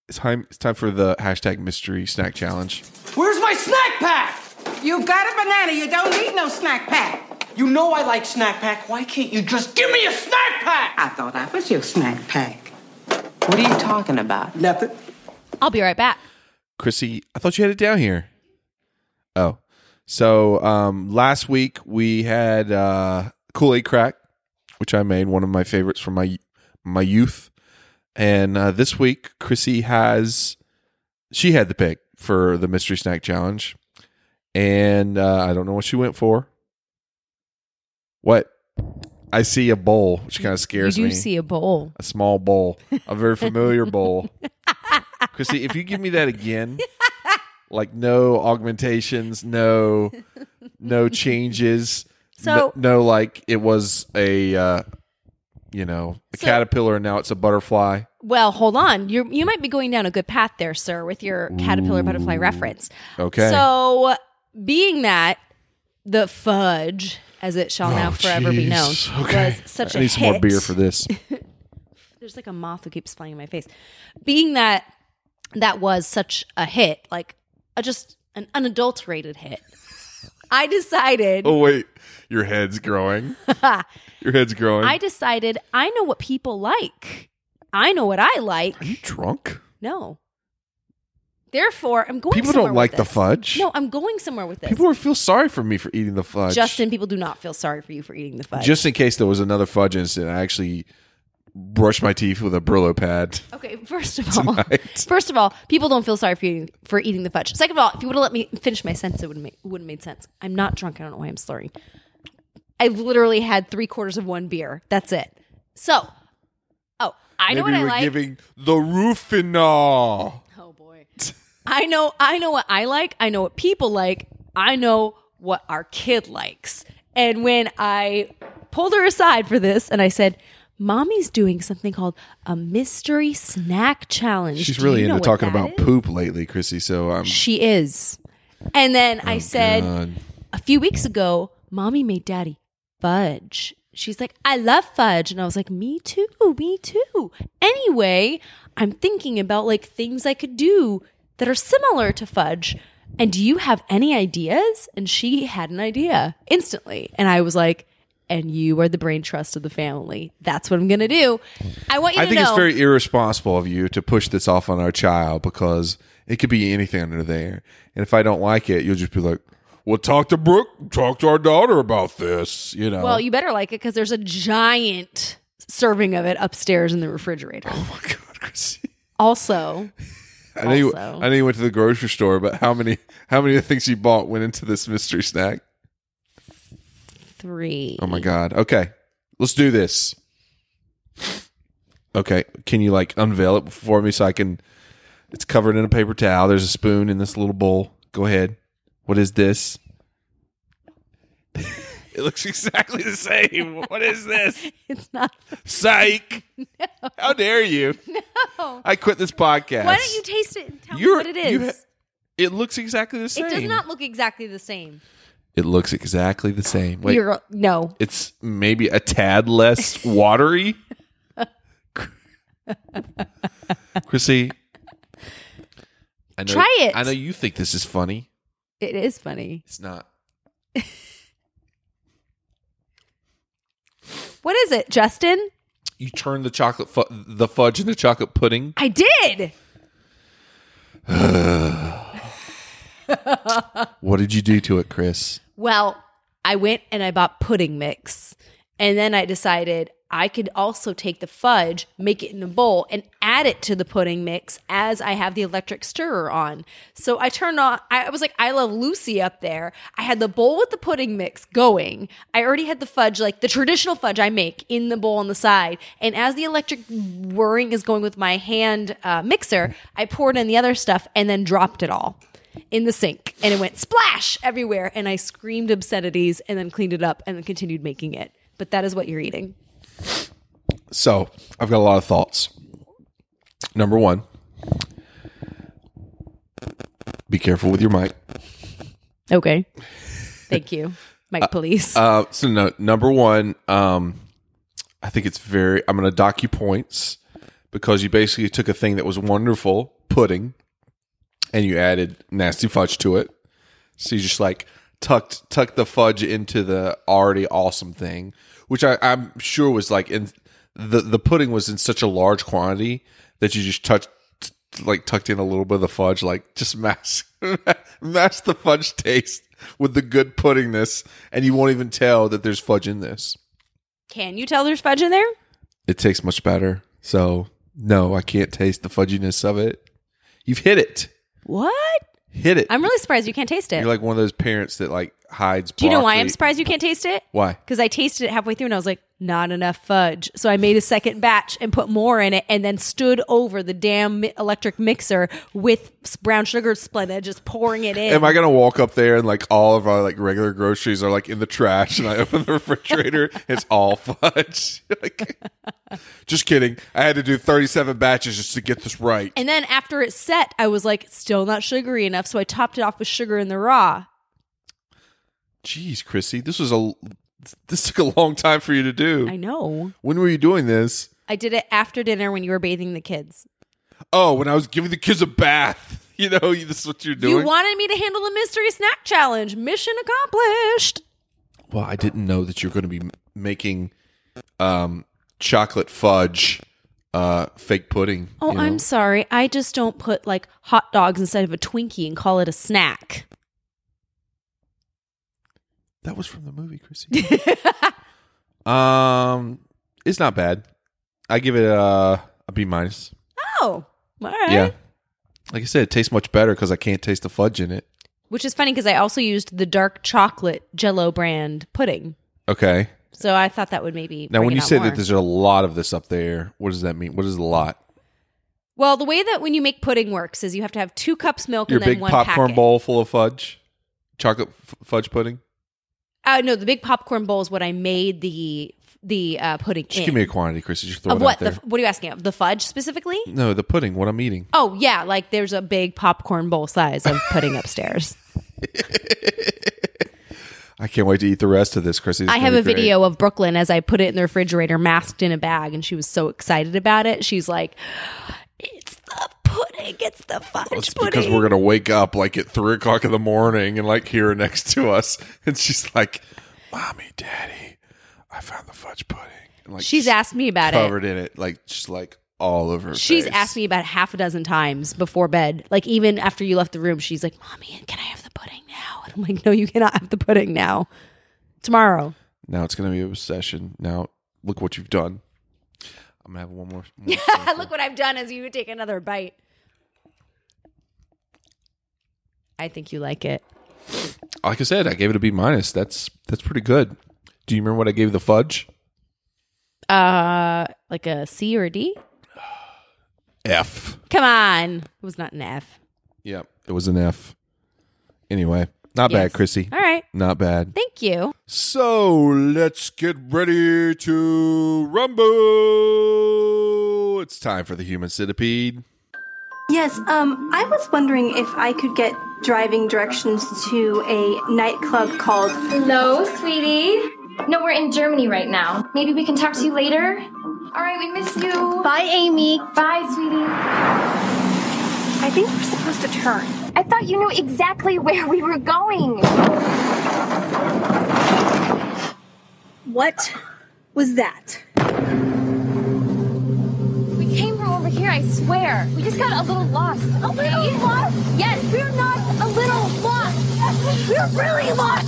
it's time. It's time for the hashtag mystery snack challenge. Where's my snack pack? You got a banana. You don't need no snack pack. You know I like snack pack. Why can't you just give me a snack pack? I thought I was your snack pack. What are you talking about? Nothing. I'll be right back. Chrissy, I thought you had it down here. Oh. So um last week we had uh Kool Aid Crack, which I made, one of my favorites from my my youth. And uh, this week Chrissy has she had the pick for the mystery snack challenge. And uh, I don't know what she went for. What? I see a bowl, which kind of You scares do me see a bowl. a small bowl, a very familiar bowl. Chrissy, if you give me that again, like no augmentations, no no changes, So- no, no, like it was a uh, you know a So- caterpillar and now it's a butterfly. Well, hold on. You you might be going down a good path there, sir, with your caterpillar butterfly reference. Okay. So, being that the fudge, as it shall now Oh, forever be known, jeez. Okay. was such I a need some more hit- beer for <laughs> this. There's like a moth who keeps flying in my face. Being that that was such a hit, like a, just an unadulterated hit, I decided. oh wait, your <laughs> head's growing. your head's growing. I decided I know what people like. I know what I like. Are you drunk? No. Therefore, I'm going. People somewhere don't like with the this. fudge. No, I'm going somewhere with this. People are feel sorry for me for eating the fudge. Justin, people do not feel sorry for you for eating the fudge. Just in case there was another fudge incident, I actually brushed my teeth with a Brillo pad. okay, first of all, Tonight. <laughs> first of all, people don't feel sorry for you for eating the fudge. Second of all, if you would have let me finish my sentence, it would have made, would have made sense. I'm not drunk. I don't know why I'm slurring. I've literally had three quarters of one beer. That's it. So, oh, I know Maybe what I we're like. giving the Rufinol. Oh boy. <laughs> I know I know what I like, I know what people like, I know what our kid likes. And when I pulled her aside for this and I said, Mommy's doing something called a mystery snack challenge. She's Do really you know into what talking that about is?" poop lately, Chrissy. So um, I'm She is. And then I said Oh, God. a few weeks ago, Mommy made Daddy fudge. She's like, I love fudge. And I was like, Me too, me too. Anyway, I'm thinking about like things I could do that are similar to fudge. And do you have any ideas? And she had an idea instantly. And I was like, and you are the brain trust of the family. That's what I'm gonna do. I want you I to think know. it's very irresponsible of you to push this off on our child because it could be anything under there. And if I don't like it, you'll just be like, "Well, talk to Brooke, talk to our daughter about this." You know. well, you better like it because there's a giant serving of it upstairs in the refrigerator. <laughs> oh my God, Chrissy. Also, I know, you, Also- I know you went to the grocery store, but how many how many of the things you bought went into this mystery snack? three. Oh my god. Okay. Let's do this. Okay. Can you like unveil it for me so I can it's covered in a paper towel. There's a spoon in this little bowl. Go ahead. What is this? <laughs> it looks exactly the same. What is this? <laughs> It's not. <laughs> Psych. How dare you? No. I quit this podcast. Why don't you taste it and tell You're- me what it you is? it looks exactly the same. it does not look exactly the same. It looks exactly the same. Wait. You're no. it's maybe a tad less watery. Chrissy, I know, Try it. I know you think this is funny. It is funny. It's not. What is it, Justin? You turn the chocolate, fu- the fudge into chocolate pudding. I did. What did you do to it, Chris? Well, I went and I bought pudding mix, and then I decided I could also take the fudge, make it in a bowl, and add it to the pudding mix as I have the electric stirrer on. So I turned on. I was like, I love Lucy up there. I had the bowl with the pudding mix going. I already had the fudge, like the traditional fudge I make, in the bowl on the side. And as the electric whirring is going with my hand uh, mixer, I poured in the other stuff and then dropped it all in the sink and it went splash everywhere and I screamed obscenities and then cleaned it up and then continued making it. But that is what you're eating. So I've got a lot of thoughts. Number one, be careful with your mic. Okay. Thank <laughs> you. Mike Police. Uh, so no, number one, um, I think it's very. I'm going to dock you points because you basically took a thing that was wonderful pudding, and you added nasty fudge to it. So you're just like tucked tucked the fudge into the already awesome thing, which I, I'm sure was like in the the pudding was in such a large quantity that you just touched t- like tucked in a little bit of the fudge, like just <laughs> mash mash the fudge taste with the good puddingness, and you won't even tell that there's fudge in this. Can you tell there's fudge in there? It tastes much better. So no, I can't taste the fudginess of it. You've hit it. What? Hit it. I'm really surprised you can't taste it. You're like one of those parents that like hides. Do you know why I'm broccoli- surprised you can't taste it? Why? Because I tasted it halfway through and I was like, not enough fudge. So I made a second batch and put more in it and then stood over the damn mi- electric mixer with s- brown sugar Splenda just pouring it in. Am I gonna walk up there and like all of our like regular groceries are like in the trash, and I open the refrigerator, it's all fudge. <laughs> like, just kidding. I had to do thirty-seven batches just to get this right. and then after it set, I was like, still not sugary enough. So I topped it off with sugar in the raw. Jeez, Chrissy, this was a this took a long time for you to do. I know. When were you doing this? I did it after dinner when you were bathing the kids. Oh, when I was giving the kids a bath. <laughs> You know, you- this is what you're doing. You wanted me to handle the mystery snack challenge. Mission accomplished. well, I didn't know that you were going to be m- making um, chocolate fudge uh, fake pudding. Oh, you know? I'm sorry. I just don't put like hot dogs instead of a Twinkie and call it a snack. That was from the <laughs> movie, Chrissy. um, it's not bad. I give it a, a B minus. Oh, all right. Yeah, like I said, it tastes much better because I can't taste the fudge in it. Which is funny because I also used the dark chocolate Jello brand pudding, Okay. so I thought that would maybe. Now, bring when it you out say more. that there's a lot of this up there, what does that mean? What is a lot? well, the way that when you make pudding works is you have to have two cups milk Your and then big one popcorn packet. bowl full of fudge, chocolate f- fudge pudding. Uh, no, the big popcorn bowl is what I made the the uh, pudding Just in. give me a quantity, Chrissy. Just throw of it what? out there. The, what are you asking of the fudge specifically? no, the pudding. What I'm eating. Oh yeah, like there's a big popcorn bowl size of pudding <laughs> upstairs. I can't wait to eat the rest of this, Chrissy. This I is have gonna a be great. video of Brooklyn as I put it in the refrigerator, masked in a bag, and she was so excited about it. She's like, "It's the pudding! It's the fudge It's pudding!" because we're gonna wake up like at three o'clock in the morning and like hear her next to us, <laughs> and she's like, "Mommy, Daddy, I found the fudge pudding." And, like she's asked me about it. covered in it, like just like all over. Her She's face. asked me about half a dozen times before bed. Like even after you left the room, she's like, "Mommy, can I have the pudding now?" And I'm like, "No, you cannot have the pudding now. <laughs> Tomorrow." Now it's gonna be an obsession. Now look what you've done. I'm gonna have one more. more <laughs> Look what I've done as you take another bite. I think you like it. like I said, I gave it a B minus. That's that's pretty good. Do you remember what I gave the fudge? Uh, like a C or a D? F. Come on. It was not an F. Yep, it was an F. Anyway, not Yes. bad, Chrissy. All right. Not bad. Thank you. So let's get ready to rumble. It's time for the human centipede. Yes, um, I was wondering if I could get driving directions to a nightclub called. Hello, sweetie. No, we're in Germany right now. Maybe we can talk to you later. All right, we miss you. Bye, Amy. Bye, sweetie. I think we're supposed to turn. I thought you knew exactly where we were going. What was that? We came from over here, I swear. We just got a little lost. A little lost? Yes, we're not a little lost. Oh, We're really lost.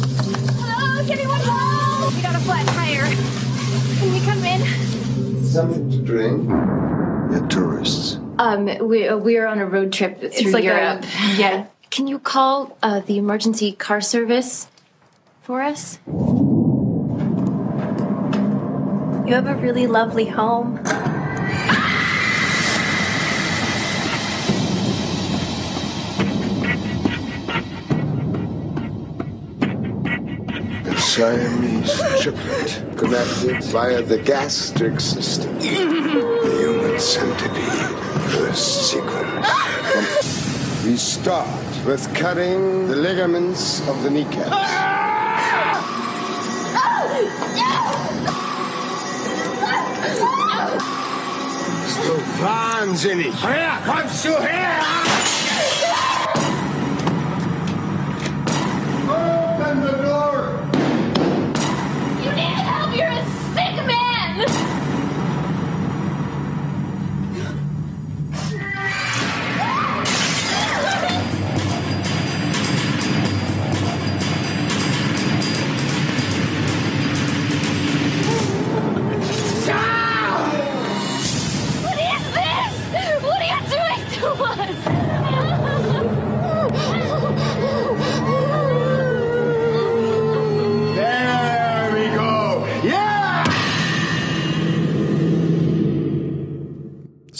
Hello, is anyone home? We got a flat tire. Can we come in? Something to drink? The tourists. Um, we, uh, we're on a road trip through like a- <laughs> Europe. yeah. Can you call uh, the emergency car service for us? You have a really lovely home. The Siamese triplet connected via the gastric system. the human centipede. First sequence. We start with cutting the ligaments of the kneecaps. Wahnsinnig! Her, kommst du her! Open the <laughs>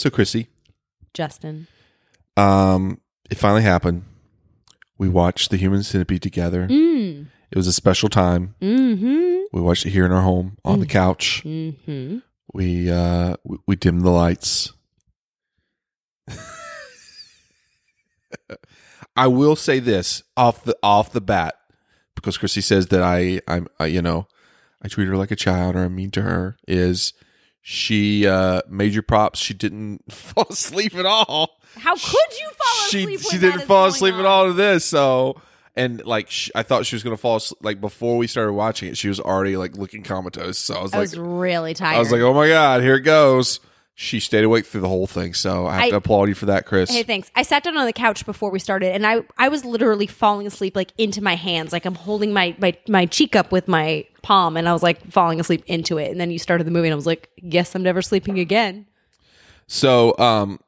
So Chrissy, Justin. um, it finally happened. We watched the Human Centipede together. Mm. It was a special time. Mm-hmm. We watched it here in our home on the couch. Mm-hmm. We uh we, we dimmed the lights. <laughs> I will say this off the off the bat because Chrissy says that I I'm I, you know I treat her like a child or I'm mean to her is she uh major props she didn't <laughs> fall asleep at all How could you fall she asleep? she didn't fall asleep at all to this so and like sh I thought she was gonna fall asleep like before we started watching it she was already like looking comatose so I was I like was really tired. I was like, oh my God, here it goes. She stayed awake through the whole thing. So I have to I- applaud you for that, Chris. Hey, thanks. I sat down on the couch before we started, and I I was literally falling asleep like into my hands, like I'm holding my my my cheek up with my palm, and I was like falling asleep into it. And then you started the movie, and I was like, guess I'm never sleeping again. so um,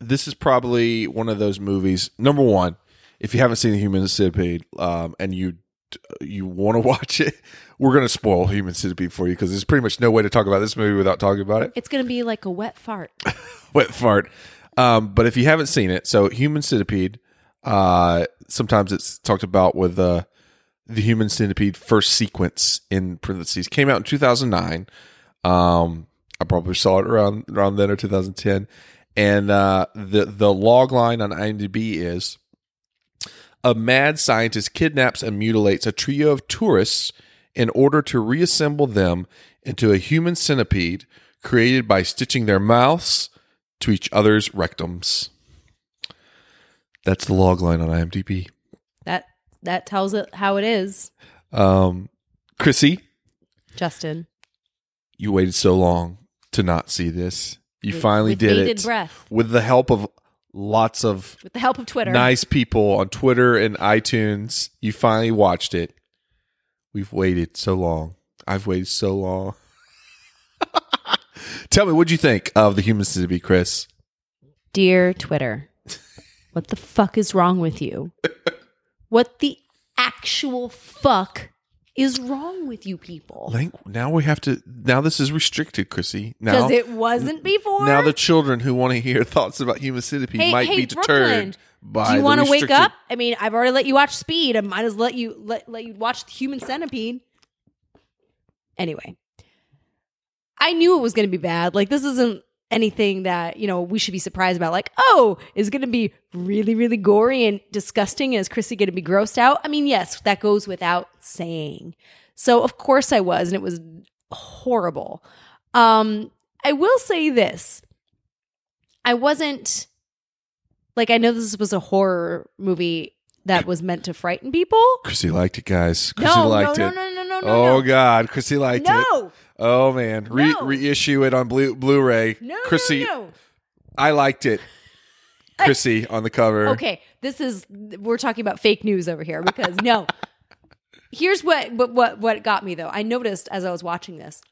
this is probably one of those movies. Number one, if you haven't seen The Human Centipede um, and you you want to <laughs> watch it, we're going to spoil Human Centipede for you because there's pretty much no way to talk about this movie without talking about it. It's gonna be like a wet fart. <laughs> wet fart. Um, but if you haven't seen it, so human centipede. Uh, sometimes it's talked about with uh, the human centipede first sequence in parentheses came out in 2009. Um, I probably saw it around around then or 2010. And uh, the the log line on IMDb is a mad scientist kidnaps and mutilates a trio of tourists in order to reassemble them into a human centipede created by stitching their mouths to each other's rectums. That's the log line on IMDb. That that tells it how it is, Um, Chrissy, Justin. you waited so long to not see this. You With- finally with did bated it breath. with the help of lots of With the help of Twitter, nice people on Twitter and iTunes. You finally watched it. We've waited so long. I've waited so long. <laughs> Tell me, what'd you think of the Human Centipede, Chris? dear Twitter, what the fuck is wrong with you? What the actual fuck is wrong with you people? Link, now we have to. Now this is restricted, Chrissy. Now Because it wasn't before. Now the children who want to hear <laughs> thoughts about human centipede Hey- might hey, be deterred Brooklyn, by. Do you the want to wake restricted- up? I mean, I've already let you watch Speed. I might as let you let, let you watch the Human Centipede. Anyway, I knew it was going to be bad. Like this isn't anything that you know we should be surprised about. Like, oh, is going to be really really gory and disgusting. Is Chrissy going to be grossed out? I mean, yes, that goes without saying. So of course I was, and it was horrible. Um, I will say this: I wasn't like I know this was a horror movie that was meant to frighten people. Chrissy liked it, guys. No, Chrissy no, liked no, it. no, no, no, no, Oh no. God, Chrissy liked it. No, Oh man, Re- reissue it on Blu- Blu-ray. no, Chrissy, no, no. I liked it. Chrissy on the cover. Okay, this is we're talking about fake news over here because no. Here's what what what what got me though. I noticed as I was watching this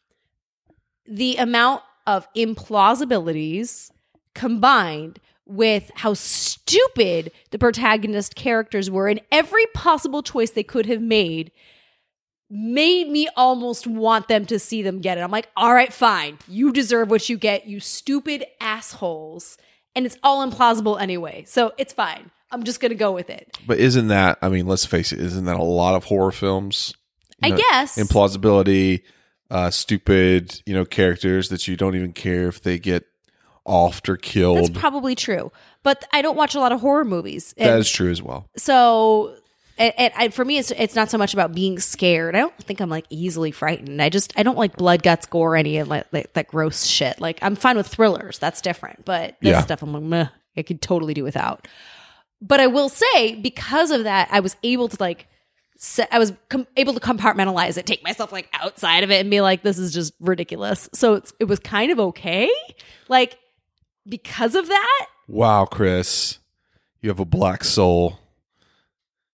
the amount of implausibilities combined with how stupid the protagonist characters were and every possible choice they could have made made me almost want them to see them get it. I'm like, all right, fine. You deserve what you get, you stupid assholes. And it's all implausible anyway. So it's fine. I'm just going to go with it. But isn't that? I mean, let's face it. Isn't that a lot of horror films? I guess. implausibility, uh, stupid, you know, characters that you don't even care if they get offed or That's killed. probably true. But I don't watch a lot of horror movies. that And is true as well. So. And, and, and for me, it's it's not so much about being scared. I don't think I'm like easily frightened. I just I don't like blood, guts, gore, any of like, like that gross shit. Like I'm fine with thrillers, that's different. But this Yeah. stuff, I'm like, meh, I could totally do without. But I will say, because of that, I was able to like, se- I was com- able to compartmentalize it, take myself like outside of it, and be like, this is just ridiculous. So it's it was kind of okay, like because of that. Wow, Chris, you have a black soul.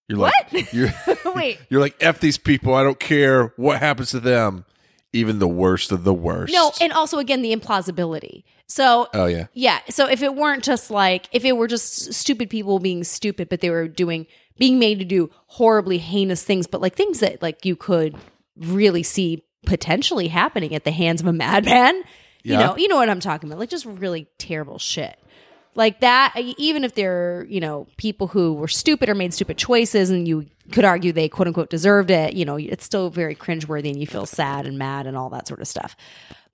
You're like What? <laughs> you're Wait, you're like f these people. I don't care what happens to them, even the worst of the worst. No, and also again the implausibility. So Oh yeah. yeah, so if it weren't just like if it were just stupid people being stupid, but they were doing being made to do horribly heinous things, but like things that like you could really see potentially happening at the hands of a madman, You Yeah. know, you know what I'm talking about. Like just really terrible shit. Like that even if they're, you know, people who were stupid or made stupid choices and you could argue they quote unquote deserved it, you know, it's still very cringeworthy and you feel sad and mad and all that sort of stuff.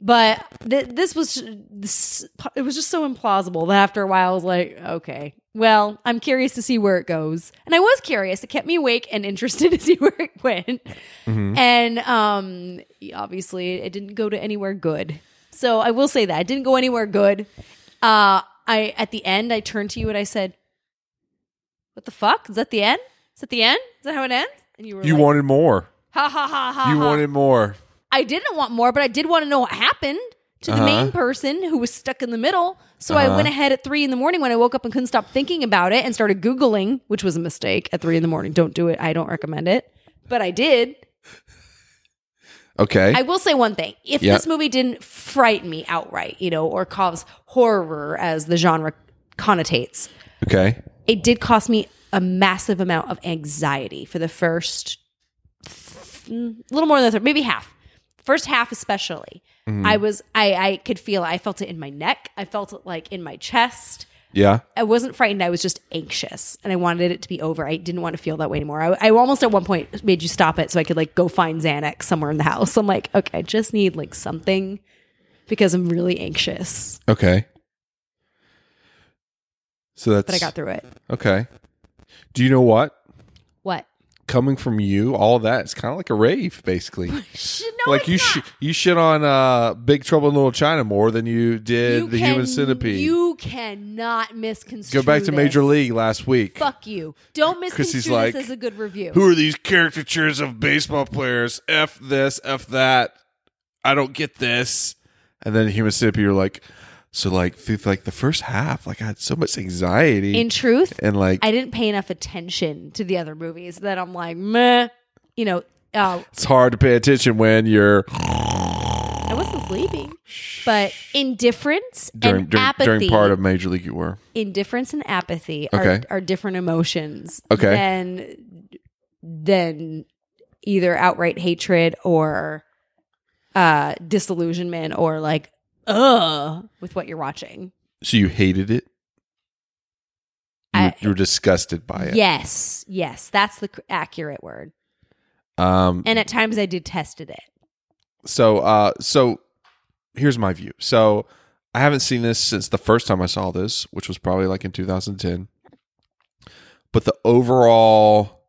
But th- this was this, it was just so implausible that after a while I was like, okay, well, I'm curious to see where it goes, and I was curious. It kept me awake and interested <laughs> to see where it went, Mhm. and um, obviously, it didn't go to anywhere good. So I will say that it didn't go anywhere good. Uh, I at the end, I turned to you and I said, "What the fuck? Is that the end? Is that the end? Is that how it ends?" And you were You like, wanted more. "Ha ha ha ha!" You ha." wanted more. I didn't want more, but I did want to know what happened to the Uh-huh. main person who was stuck in the middle. So I Uh-huh. went ahead at three in the morning when I woke up and couldn't stop thinking about it and started Googling, which was a mistake at three in the morning. Don't do it. I don't recommend it. But I did. Okay. I will say one thing. If Yeah. this movie didn't frighten me outright, you know, or cause horror as the genre connotates, okay. it did cost me a massive amount of anxiety for the first mm, little more than a third, maybe half. First half especially. Mhm. I was I I could feel I felt it in my neck. I felt it like in my chest. Yeah. I wasn't frightened. I was just anxious, and I wanted it to be over. I didn't want to feel that way anymore. I, I almost at one point made you stop it so I could like go find Xanax somewhere in the house. I'm like, okay, I just need like something because I'm really anxious. Okay. So that's. But I got through it. Okay. Do you know what? What? Coming from you, all that it's kind of like a rave, <laughs> basically. like you, sh- you shit on uh, Big Trouble in Little China more than you did Uh, the Human Centipede. You cannot misconstrue. Go back to this. Major League last week. Fuck you! Don't misconstrue Chrissy's this like, as a good review. Who are these caricatures of baseball players? F this, F that. I don't get this. And then Human Centipede, you're like, so like through like the first half, like I had so much anxiety. In truth, and like I didn't pay enough attention to the other movies that I'm like, meh. You know, uh, it's hard to pay attention when you're I wasn't sleeping, but indifference during and during, apathy. during part of Major League you were. indifference and apathy Okay. are, are different emotions. Okay. Than than either outright hatred or uh disillusionment or like ugh with what you're watching. So you hated it. You, I- you were disgusted by it. Yes, yes, that's the c- accurate word. Um. And at times I detested it. so uh so here's my view so i haven't seen this since the first time i saw this which was probably like in 2010 but the overall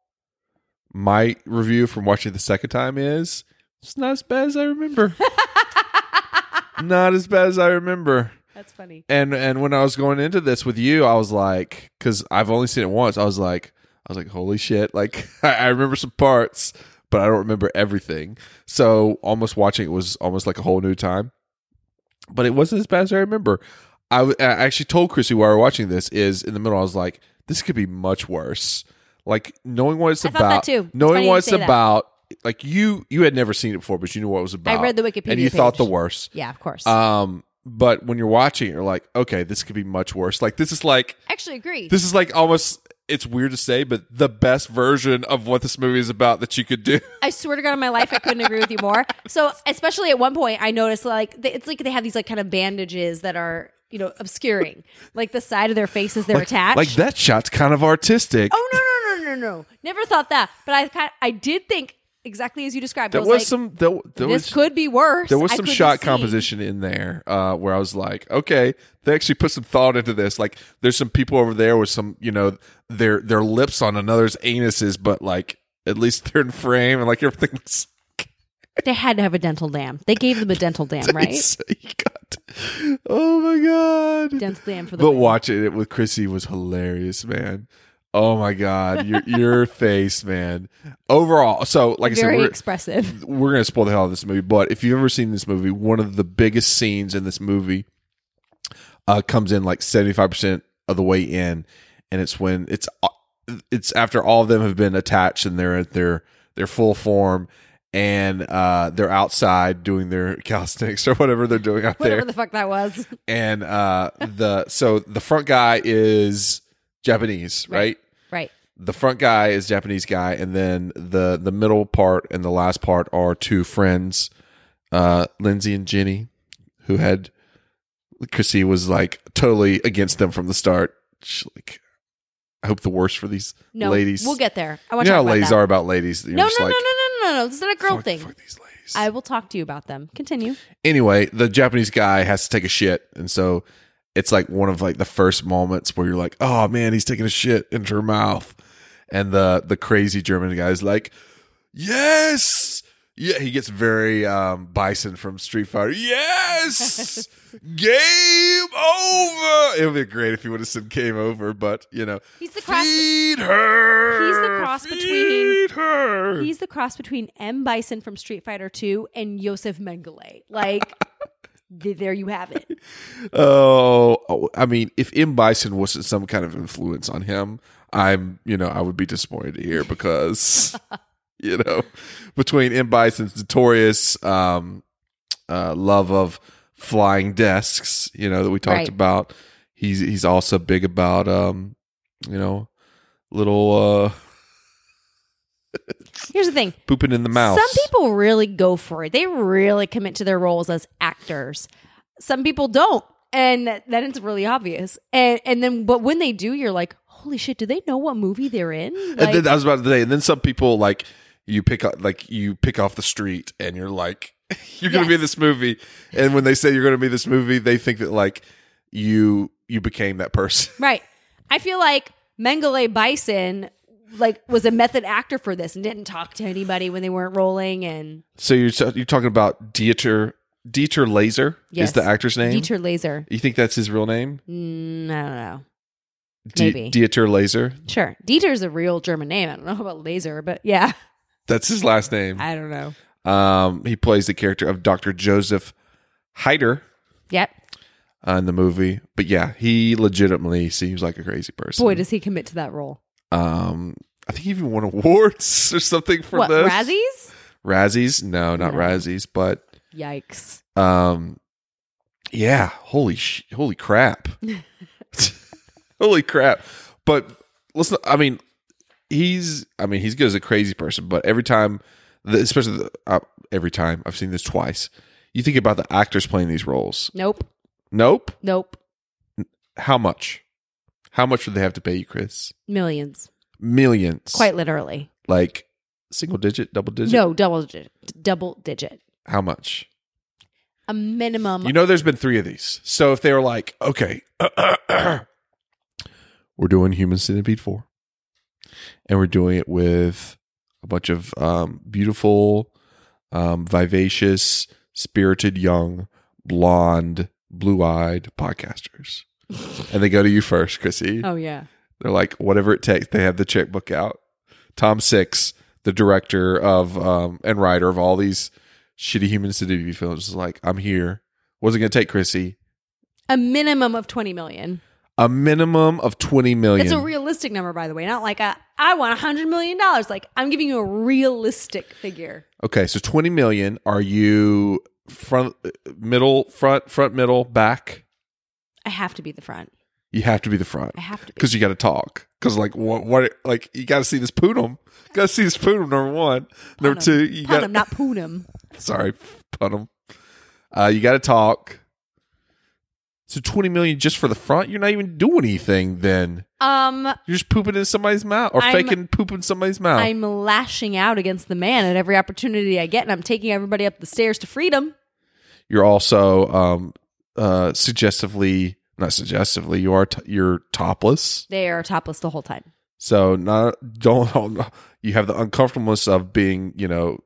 my review from watching the second time is it's not as bad as i remember not as bad as i remember That's funny. and and when i was going into this with you i was like because i've only seen it once i was like i was like holy shit like <laughs> I, I remember some parts but i don't remember everything so almost watching it was almost like a whole new time but it wasn't as bad as i remember i, w- I actually told chrissy while we were watching this is in the middle i was like this could be much worse like knowing what it's I thought that about too. It's funny knowing you what it's say that. about like you you had never seen it before but you knew what it was about read the Wikipedia and you thought page. the worst Yeah, of course. um, but when you're watching, it, you're like, okay, this could be much worse. Like this is like Actually agree. this is like almost it's weird to say, but the best version of what this movie is about that you could <laughs> do. I swear to God, in my life, I couldn't agree with you more. So, especially at one point, I noticed like they, it's like they have these like kind of bandages that are you know obscuring like the side of their faces they're like, attached. like that shot's kind of artistic. Oh no no no no no! Never thought that, but I kind I did think exactly as you described. I there was, was, like, some there, there this was could be worse. there was I some couldn't shot see. composition in there uh, where I was like, okay, they actually put some thought into this. Like there's some people over there with some you know their their lips on another's anuses, but like at least <laughs> they're in frame and like everything looks They had to have a dental dam. They gave them a dental <laughs> dam, right? Oh my god! Dental dam for the. But watching it with Chrissy was hilarious, man. Oh my god, your <laughs> your face, man. Overall, so like I said, Very we're, <laughs> expressive. We're gonna spoil the hell out of this movie, but if you've ever seen this movie, one of the biggest scenes in this movie uh, comes in like seventy five percent of the way in, and it's when it's uh, it's after all of them have been attached and they're at their their full form. And uh, they're outside doing their <laughs> calisthenics or whatever they're doing out there Whatever the fuck that was. and uh the so the front guy is Japanese, right? Right. The front guy is Japanese guy, and then the the middle part and the last part are two friends, uh, Lindsay and Jenny, who had Chrissy was like totally against them from the start. She, like, I hope the worst for these No, ladies. we'll get there. I you want to know how talk about ladies that. are about ladies. You're No, no, just no, like, no, no, no, no. This is not a girl thing. I will talk to you about them. Continue. anyway, the Japanese guy has to take a shit, and so it's like one of like the first moments where you're like, "Oh man, he's taking a shit into her mouth," and the the crazy German guy's like, "Yes." Yeah, he gets very um, bison from Street Fighter. <laughs> Yes, game over. It would be great if he would have said game over, but you know, He's the cross. Feed her. He's the cross Feed between. her. He's the cross between M Bison from Street Fighter Two and Yosef Mengele. Like, <laughs> th- there you have it. Oh, oh, I mean, if M. Bison wasn't some kind of influence on him, I'm, you know, I would be disappointed to hear because, <laughs> you know, between M. Bison's notorious um, uh, love of flying desks, you know, that we talked Right. about, he's he's also big about, um, you know, little uh, Here's the thing. pooping in the mouth. Some people really go for it. They really commit to their roles as actors. Some people don't. And then it's really obvious. And and then but when they do, you're like, holy shit, do they know what movie they're in? Like, and then I was about to say, and then some people like you pick up like you pick off the street and you're like <laughs> you're gonna be in this movie. And when they say you're gonna be in this movie, they think that like you you became that person. <laughs> right. I feel like Mengele Bison like was a method actor for this and didn't talk to anybody when they weren't rolling and So you're t- you're talking about Dieter Dieter Laser Yes. is the actor's name. Dieter Laser. You think that's his real name? Mm, I don't know. Die- Maybe. Dieter Laser. Sure. Dieter's a real German name. I don't know about laser, but yeah. That's his last name. I don't know. Um, he plays the character of Doctor Joseph Heider Yep. uh, in the movie. But yeah, he legitimately seems like a crazy person. Boy, does he commit to that role. um I think he even won awards <laughs> or something for what, this. Razzies? Razzies? No, not No. Razzies, but Yikes. um yeah, holy sh- <laughs> holy crap. <laughs> holy crap. But let's not, I mean he's I mean he's good as a crazy person, but every time the, especially the, uh, every time I've seen this twice. You think about the actors playing these roles. Nope. Nope. Nope. How much? How much would they have to pay you, Chris? Millions. Millions. Quite literally. like single digit, double digit? No, double digit. Double digit. How much? A minimum. You know, there's been three of these. So if they were like, okay, <clears throat> we're doing Human Centipede 4, and we're doing it with a bunch of um, beautiful, um, vivacious, spirited, young, blonde, blue eyed podcasters. and they go to you first, Chrissy. oh, yeah. They're like, whatever it takes. They have the checkbook out. Tom Six, the director of um, and writer of all these shitty human centipede films, is like, I'm here. What's it going to take, Chrissy? A minimum of 20 million. A minimum of 20 million. It's a realistic number, by the way. Not like a, I want $100 million. Like, I'm giving you a realistic figure. okay, so 20 million. Are you front, middle, front, front, middle, back? I have to be the front. You have to be the front. I have to Because you got to talk. Because, like, what, what, like, you got to see this poodle. Got to see this poodle, number one. Number two, you Pun got him, not Poonam. <laughs> Sorry, pun 'em. Uh, you got to talk. So twenty million just for the front? You're not even doing anything. Then Um, you're just pooping in somebody's mouth or I'm- faking poop in somebody's mouth. I'm lashing out against the man at every opportunity I get, and I'm taking everybody up the stairs to freedom. you're also um, uh, suggestively, not suggestively, you are t- you're topless. They are topless the whole time. So not don't, don't- <laughs> you have the uncomfortableness of being you know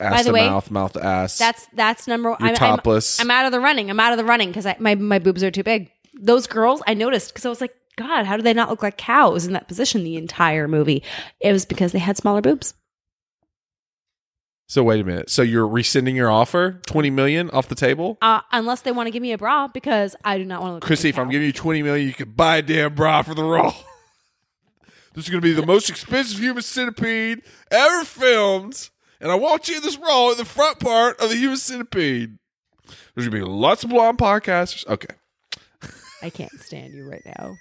ass By the to way, mouth, mouth to ass. That's that's number. You're topless. I'm, out of the running. I'm out of the running because my my boobs are too big. Those girls, I noticed because I was like, God, how do they not look like cows in that position the entire movie? It was because they had smaller boobs. so wait a minute. So you're rescinding your offer, twenty million off the table. Uh, unless they want to give me a bra because I do not want to look. Chrissy, if I'm giving you 20 million, you can buy a damn bra for the role. <laughs> this is going to be the most expensive human centipede ever filmed, and I want you in this role in the front part of the human centipede. There's going to be lots of blonde podcasters. Okay. I can't stand you right now.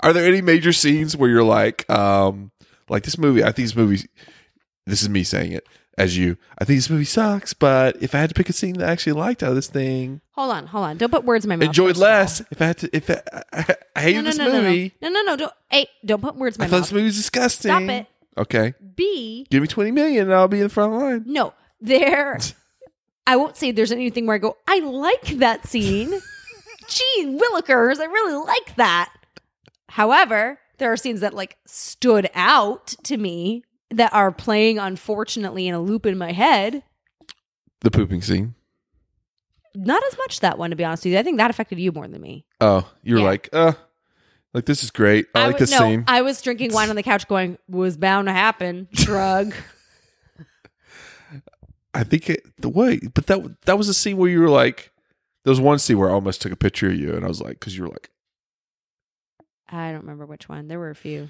Are there any major scenes where you're like, um, like this movie? I think this movie. This is me saying it. as you. I think this movie sucks, but if I had to pick a scene that I actually liked out of this thing, Hold on, hold on. Don't put words in my mouth. enjoyed first of all. less. If I had to, if I, I, I hated No, no, this no, no, movie, no, no, no, no. Don't, a, don't put words in my I thought mouth. this movie was disgusting. Stop it. Okay, B, give me twenty million, and I'll be in the front line. no, <laughs> there. I won't say there's anything where I go. I like that scene. <laughs> Gee, Willikers, I really like that. However, there are scenes that like stood out to me that are playing unfortunately in a loop in my head. The pooping scene. Not as much that one, to be honest with you. I think that affected you more than me. Oh, you're like, uh, like this is great. I, like wa- this no, scene. I was drinking wine on the couch, going, "Was bound to happen." Drug. I think it, the way, but that that was a scene where you were like, there was one scene where I almost took a picture of you, and I was like, because you were like, I don't remember which one. There were a few.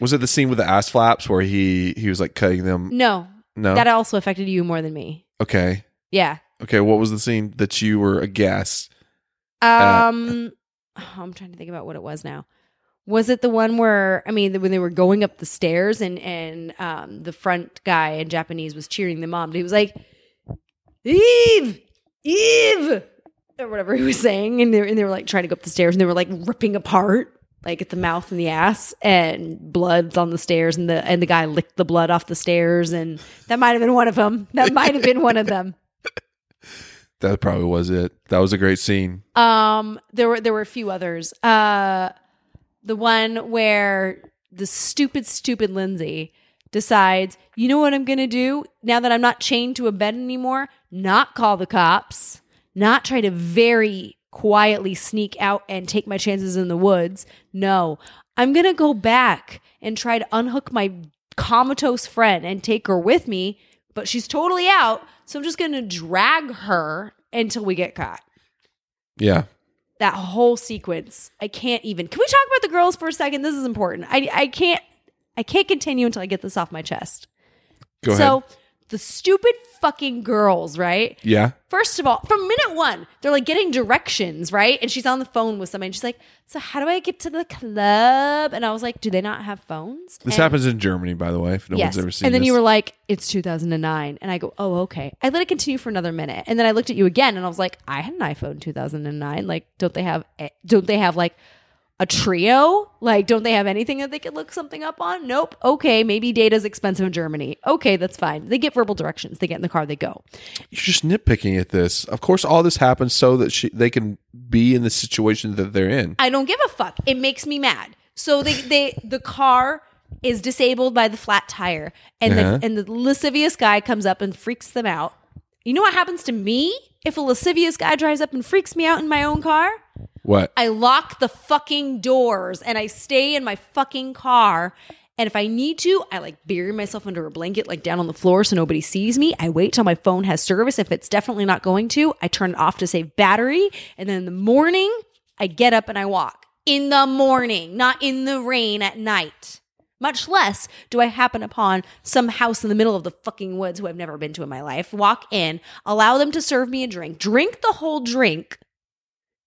was it the scene with the ass flaps where he he was like cutting them? No, no. that also affected you more than me. okay, Yeah. okay. What was the scene that you were aghast? Um, <sighs> oh, I'm trying to think about what it was now. Was it the one where I mean when they were going up the stairs and and um the front guy in Japanese was cheering them on? He was like, "Eve, Eve," or whatever he was saying, and they were, and they were like trying to go up the stairs and they were like ripping apart. Like at the mouth and the ass, and blood's on the stairs, and the and the guy licked the blood off the stairs, and that might have been one of them. That might have been one of them. That probably was it. That was a great scene. Um, there were there were a few others. Uh, the one where the stupid, stupid Lindsay decides, you know what I'm gonna do now that I'm not chained to a bed anymore? Not call the cops, not try to very quietly sneak out and take my chances in the woods. No, I'm gonna go back and try to unhook my comatose friend and take her with me, but she's totally out, so I'm just gonna drag her until we get caught Yeah. that whole sequence. I can't even. Can we talk about the girls for a second? This is important. I I can't I can't continue until I get this off my chest. Go so ahead. the stupid fucking girls, right? Yeah. First of all, from minute one, they're like getting directions, right? And she's on the phone with somebody. And she's like, "So how do I get to the club?" And I was like, "Do they not have phones?" This And- happens in Germany, by the way. If no one's ever seen. and then this. you were like, it's 2009. And I go, oh, okay. I let it continue for another minute. And then I looked at you again and I was like, I had an iPhone in 2009. Like, don't they have, don't they have like a trio? Like, don't they have anything that they could look something up on? Nope. Okay. Maybe data's expensive in Germany. Okay. That's fine. They get verbal directions. They get in the car, they go. You're just nitpicking at this. Of course, all this happens so that she, they can be in the situation that they're in. I don't give a fuck. It makes me mad. So they they the car is disabled by the flat tire, and Uh-huh. the and the lascivious guy comes up and freaks them out. You know what happens to me if a lascivious guy drives up and freaks me out in my own car? What? I lock the fucking doors and I stay in my fucking car. And if I need to, I like bury myself under a blanket, like down on the floor so nobody sees me. I wait till my phone has service. If it's definitely not going to, I turn it off to save battery. And then in the morning, I get up and I walk. In the morning, not in the rain at night. Much less do I happen upon some house in the middle of the fucking woods who I've never been to in my life, walk in, allow them to serve me a drink, drink the whole drink,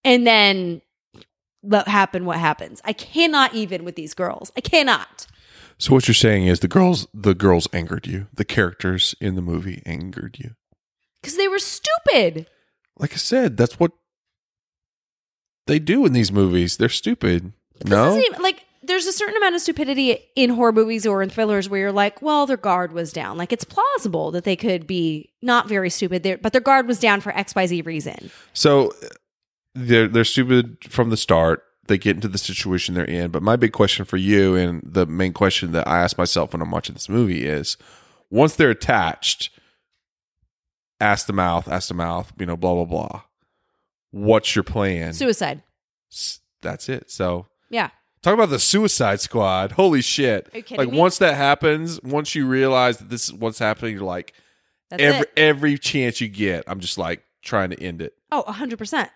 and then let happen what happens. I cannot even with these girls. I cannot. So what you're saying is the girls, the girls angered you. The characters in the movie angered you. Because they were stupid. Like I said, that's what they do in these movies. They're stupid. No. Doesn't even- like there's a certain amount of stupidity in horror movies or in thrillers where you're like, well, their guard was down. Like it's plausible that they could be not very stupid, there, but their guard was down for X, Y, Z reason. So they're they're stupid from the start. They get into the situation they're in. But my big question for you, and the main question that I ask myself when I'm watching this movie is, once they're attached, ask the mouth, ask the mouth, you know, blah blah blah. What's your plan? Suicide. S- That's it. So Yeah. talk about the Suicide Squad. Holy shit! Are you kidding like me? once that happens, once you realize that this is what's happening, you're like That's every it. every chance you get, I'm just like trying to end it. Oh, 100%.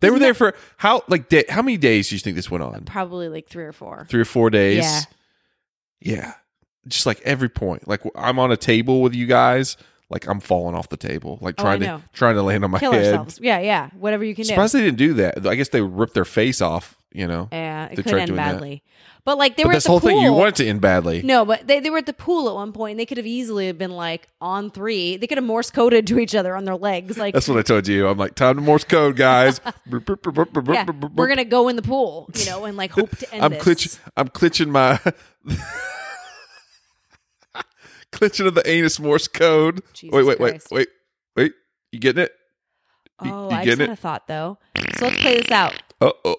They were there for how like day, how many days do you think this went on? Probably like three or four. Three or four days. Yeah. Yeah. Just like every point, like I'm on a table with you guys, like I'm falling off the table, like Oh, trying I to know. trying to land on my Kill head. ourselves. Yeah, yeah. Whatever you can Surprised do. they didn't do that. I guess they ripped their face off. you know. Yeah, they it could tried end doing that. badly. But like they were but at that's the whole thing. You pool. want it to end badly. No, but they, they were at the pool at one point and they could have easily been like on three. They could have Morse coded to each other on their legs. Like, That's what I told you. I'm like, time to Morse <laughs> code, guys. <laughs> yeah, we're going to go in the pool, you know, and like hope to end I'm this. clitch. I'm clitching my <laughs> clitching of the anus Morse code. wait, wait, Christ. wait, wait, wait. You getting it? Oh, you I just getting had it? a thought though. So let's play this out. Oh, oh.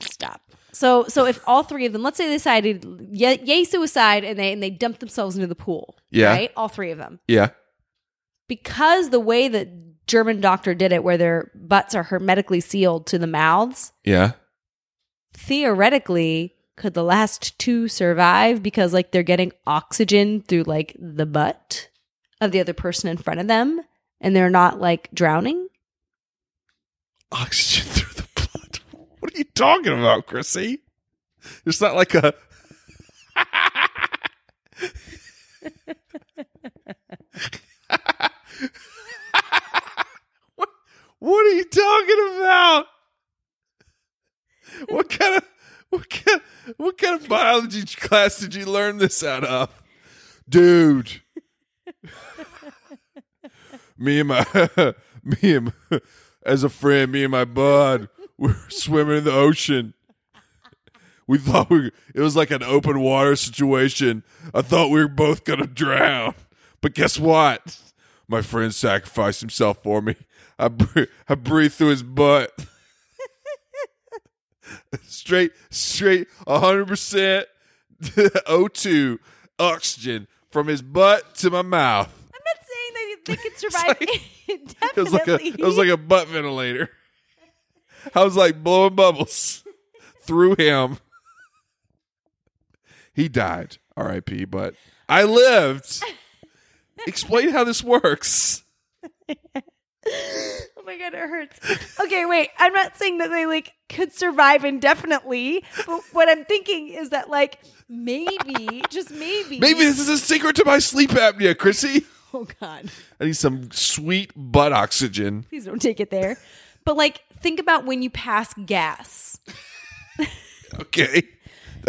Stop. So, so if all three of them, let's say they decided yay, yay suicide, and they and they dumped themselves into the pool. Yeah. right. All three of them, yeah. because the way the German doctor did it, where their butts are hermetically sealed to the mouths, Yeah. theoretically, could the last two survive because like they're getting oxygen through like the butt of the other person in front of them, and they're not like drowning? Oxygen <laughs> through the blood. What are you talking about, Chrissy? It's not like a. What are you talking about? What kind of what kind what kind of biology class did you learn this out of, dude? me and my <laughs> me and my, as a friend, me and my bud, we were <laughs> swimming in the ocean. We thought we it was like an open water situation. I thought we were both gonna drown, but guess what? My friend sacrificed himself for me. I br- I breathed through his butt. <laughs> straight, straight, hundred percent <laughs> O2 oxygen from his butt to my mouth. I'm not saying they, they could <laughs> survive It was like a it was like a butt ventilator. I was like blowing bubbles through him. He died, R.I.P. But I lived. Explain how this works. Oh my god, it hurts. Okay, wait. I'm not saying that they like could survive indefinitely, but what I'm thinking is that like maybe, just maybe, Maybe this is a secret to my sleep apnea, Chrissy. Oh god, I need some sweet butt oxygen. please don't take it there. But like, think about when you pass gas. Okay.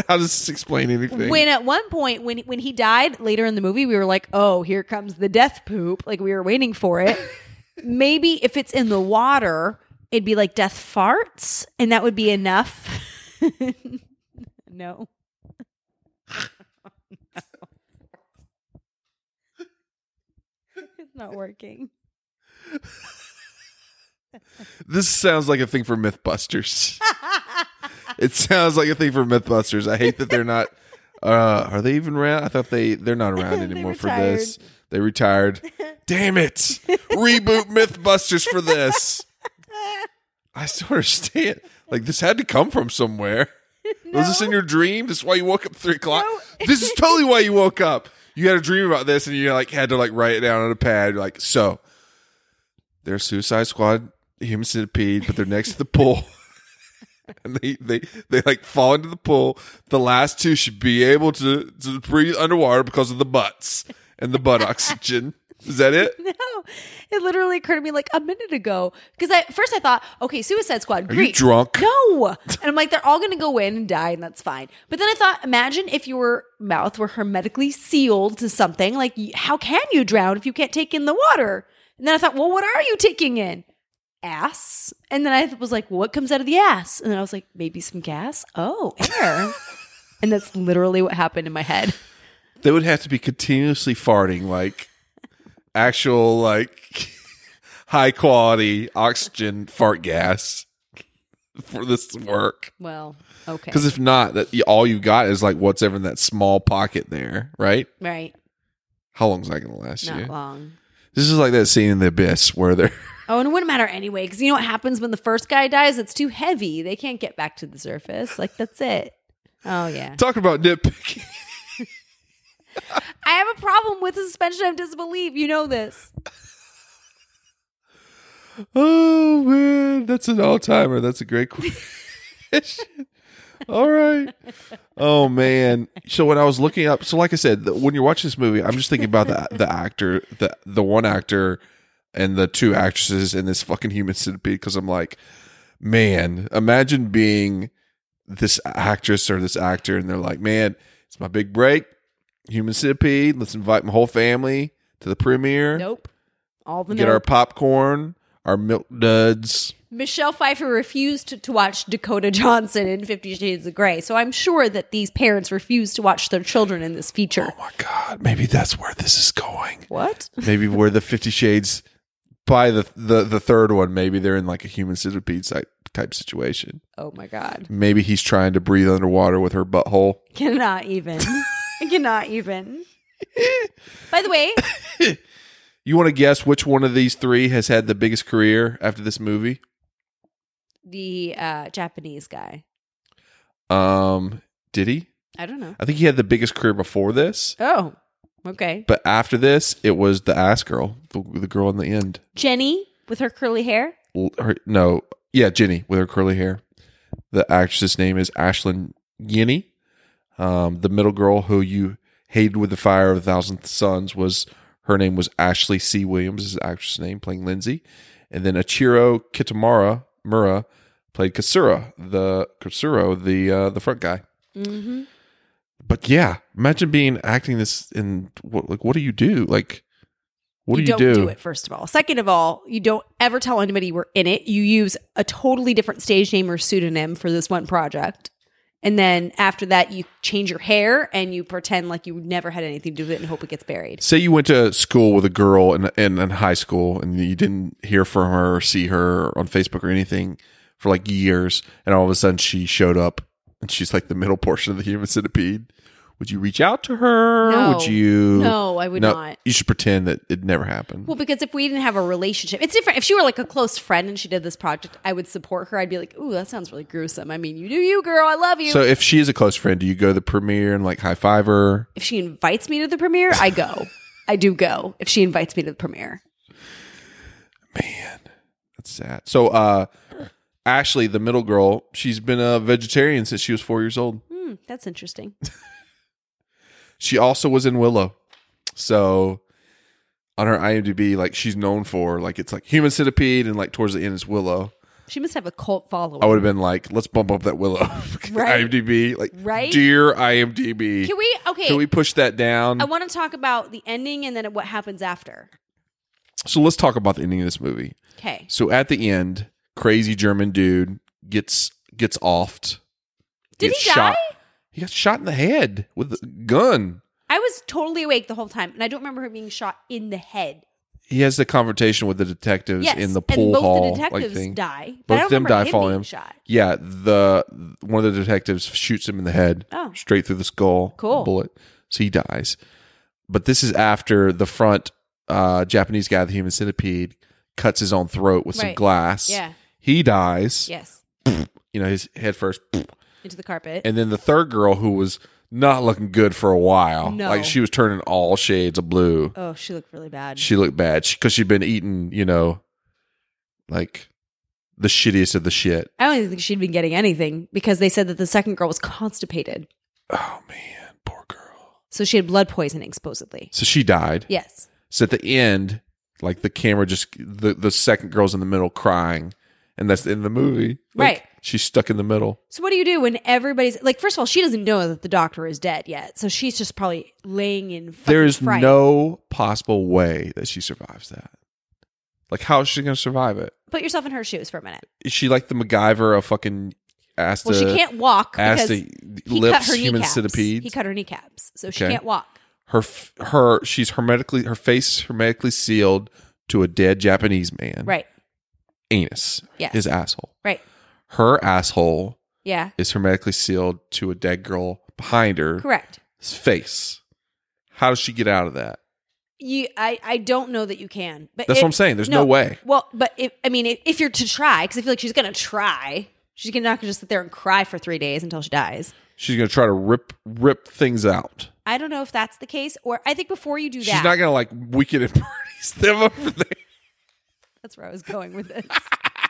How does this explain anything? When at one point, when when he died later in the movie, we were like, "Oh, here comes the death poop!" Like we were waiting for it. Maybe if it's in the water, it'd be like death farts, and that would be enough. <laughs> no. It's not working. this sounds like a thing for Mythbusters. it sounds like a thing for Mythbusters. I hate that they're not. Uh, are they even around? I thought they they're not around anymore for this. They retired. Damn it! Reboot Mythbusters for this. I still understand. Like this had to come from somewhere. Was this in your dream? This is why you woke up three o'clock. This is totally why you woke up. You had a dream about this, and you like had to like write it down on a pad. You're like so, they're Suicide Squad, Human Centipede, but they're next to the pool, <laughs> and they they they like fall into the pool. The last two should be able to to breathe underwater because of the butts and the butt oxygen. Is that it? <laughs> No, it literally occurred to me like a minute ago because I first I thought, okay, Suicide Squad. you Great. drunk? No, and I'm like, they're all going to go in and die, and that's fine. But then I thought, imagine if your mouth were hermetically sealed to something. Like, y- how can you drown if you can't take in the water? And then I thought, well, what are you taking in? Ass. And then I was like, what comes out of the ass? And then I was like, maybe some gas. Oh, <laughs> air. and that's literally what happened in my head. <laughs> They would have to be continuously farting, like actual like <laughs> high quality oxygen fart gas for this to work. Well, <laughs> okay. Because if not, that all you got is like what's ever in that small pocket there, right? right, How long's that going to last not you? long. This is like that scene in The Abyss where they're <laughs> Oh, and it wouldn't matter anyway, because you know what happens when the first guy dies? It's too heavy. They can't get back to the surface. Like, that's it. Oh, yeah. talking about nitpicking. I have a problem with the suspension of disbelief. You know this. Oh man, that's an all timer. That's a great question. <laughs> all right. Oh man. So when I was looking up, so like I said, the, when you're watching this movie, I'm just thinking about the the actor, the the one actor, and the two actresses in this fucking human centipede. Because I'm like, man, imagine being this actress or this actor, and they're like, "Man, it's my big break. Human Centipede. Let's invite my whole family to the premiere. Nope. All the Get nope. our popcorn, our milk duds. Michelle Pfeiffer refused to- to watch Dakota Johnson in Fifty Shades of Grey, so I'm sure that these parents refuse to watch their children in this feature. Oh my God, maybe that's where this is going. What? Maybe where the Fifty Shades by the, the the third one. Maybe they're in like a Human Centipede type type situation. Oh my God. Maybe he's trying to breathe underwater with her butthole. Cannot even. I cannot <laughs> even. By the way, You want to guess which one of these three has had the biggest career after this movie? the uh, Japanese guy. Um, did he? I don't know. I think he had the biggest career before this, Oh, okay. but after this, it was the ass girl, the, the girl in the end. Jenny with her curly hair. L- Her, no, yeah, Jenny with her curly hair. The actress's name is Ashlyn Yenny. Um, the middle girl who you hated with the fire of a thousand suns was her name was Ashley C. Williams, is the actress' name, playing Lindsay. And then Achiro Kitamura Mura played Kasura, the Kasuro, the uh, the front guy. Mm-hmm. But yeah, imagine being acting this in what like what do you do? Like what do you not do? do it first of all. Second of all, you don't ever tell anybody you were in it. You use a totally different stage name or pseudonym for this one project. And then after that, you change your hair and you pretend like you never had anything to do with it and hope it gets buried. Say you went to school with a girl in, in in high school and you didn't hear from her or see her on Facebook or anything for like years, and all of a sudden she showed up and she's like the middle portion of the human centipede. Would you reach out to her? No. Would you? No, I would not. You should pretend that it never happened. Well, because if we didn't have a relationship, it's different. If she were like a close friend and she did this project, I would support her. I'd be like, ooh, that sounds really gruesome. I mean, you do you, girl. I love you. so if she is a close friend, do you go to the premiere and like high five her? if she invites me to the premiere, I go. I do go if she invites me to the premiere. That's sad. So uh Ashley, the middle girl, she's been a vegetarian since she was four years old. Hmm, that's interesting. She also was in Willow. So on her IMDb, like she's known for, like it's like Human Centipede, and like towards the end is Willow. She must have a cult following. I would have been like, let's bump up that Willow <laughs> Right. IMDb, like Right? dear IMDb. Can we? Okay. Can we push that down? I want to talk about the ending and then what happens after. so let's talk about the ending of this movie. Okay. So at the end, crazy German dude gets gets offed. Did gets he die? Shot. He got shot in the head with a gun. I was totally awake the whole time, and I don't remember her being shot in the head. He has the confrontation with the detectives yes, in the and pool both hall. the detectives like, thing. die. but I Both don't of them remember die him following being him. Shot. Yeah, the one of the detectives shoots him in the head, Oh. straight through the skull, Cool. bullet. So he dies. But this is after the front uh, Japanese guy, the human centipede, cuts his own throat with some Right. glass. Yeah. he dies. Yes, you know his head first. into the carpet. And then the third girl who was not looking good for a while. No. Like she was turning all shades of blue. oh, she looked really bad. She looked bad because she'd been eating, you know, like the shittiest of the shit. I don't even think she'd been getting anything because they said that the second girl was constipated. Oh, man. Poor girl. So she had blood poisoning, supposedly. So she died. Yes. So at the end, like the camera just, the, the second girl's in the middle crying. And that's the end of the movie. Like, Right. She's stuck in the middle. So what do you do when everybody's like? First of all, she doesn't know that the doctor is dead yet, so she's just probably laying in. fucking There is fright. no possible way that she survives that. Like, how is she going to survive it? Put yourself in her shoes for a minute. Is she like the MacGyver of fucking ass Well, she to- can't walk ass because to He lips cut her human kneecaps. centipede. He cut her kneecaps, so she Okay. can't walk. her f- her she's hermetically her face is hermetically sealed to a dead Japanese man. Right. Anus. Yes. His asshole. Right. Her asshole Yeah. is hermetically sealed to a dead girl behind her. Correct. His face. How does she get out of that? You, I, I don't know that you can. But That's if- what I'm saying. There's no way. Well, but if, I mean, if, if you're to try, because I feel like she's gonna try. She's gonna not gonna just sit there and cry for three days until she dies. She's gonna try to rip rip things out. I don't know if that's the case, or I think before you do that, She's not gonna like weaken and <laughs> parties them over there. that's where I was going with this. <laughs>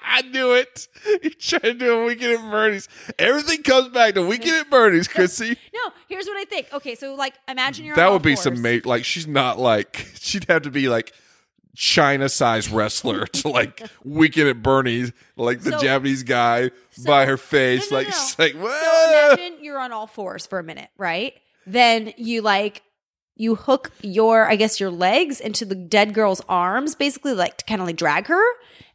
<laughs> I knew it. You try to do a weekend at Bernie's. Everything comes back to weekend at Bernie's, Chrissy. No, here's what I think. Okay, so like, imagine you're on that all would be fours. <laughs> some mate. Like she's not like she'd have to be like China sized wrestler <laughs> to like weekend at Bernie's, like the So- Japanese guy by her face, like <laughs> she's like what? So imagine you're on all fours for a minute, right? Then you like you hook your I guess your legs into the dead girl's arms, basically like to kind of like drag her.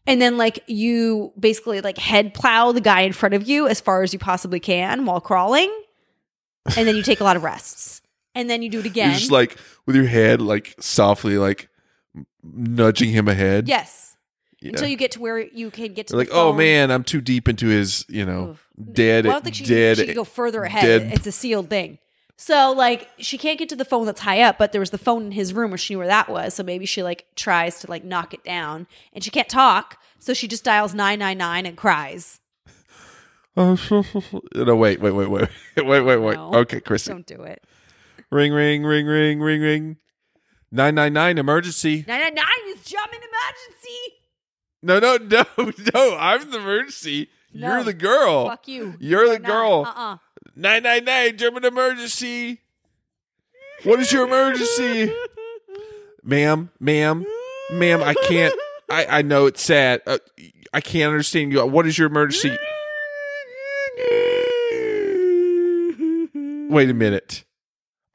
And then like you basically like head plow the guy in front of you as far as you possibly can while crawling. And then you take a lot of rests. And then you do it again. You're just like with your head like softly like nudging him ahead. yes. Until Yeah. you get to where you can get to like, the oh phone. man, I'm too deep into his, you know, dead. Well, I don't think she, dead, she can go further ahead. dead- It's a sealed thing. So like she can't get to the phone that's high up, but there was the phone in his room where she knew where that was. So maybe she like tries to like knock it down and she can't talk. So she just dials 999 and cries. <laughs> Oh, <laughs> so- so- so- no, wait, wait, wait, <laughs> wait, wait, wait, wait. okay, Chrissy, Don't do it. ring, ring, ring, ring, ring, ring. Nine nine nine emergency. 999 is jumping emergency. No, no, <laughs> no, no. I'm the emergency. No. You're the girl. Fuck you. You're the Oh, girl. Uh-uh. Nine nine nine German emergency. What is your emergency? <laughs> ma'am, ma'am, ma'am, I can't. I, I know it's sad. Uh, I can't understand you. What is your emergency? Wait a minute.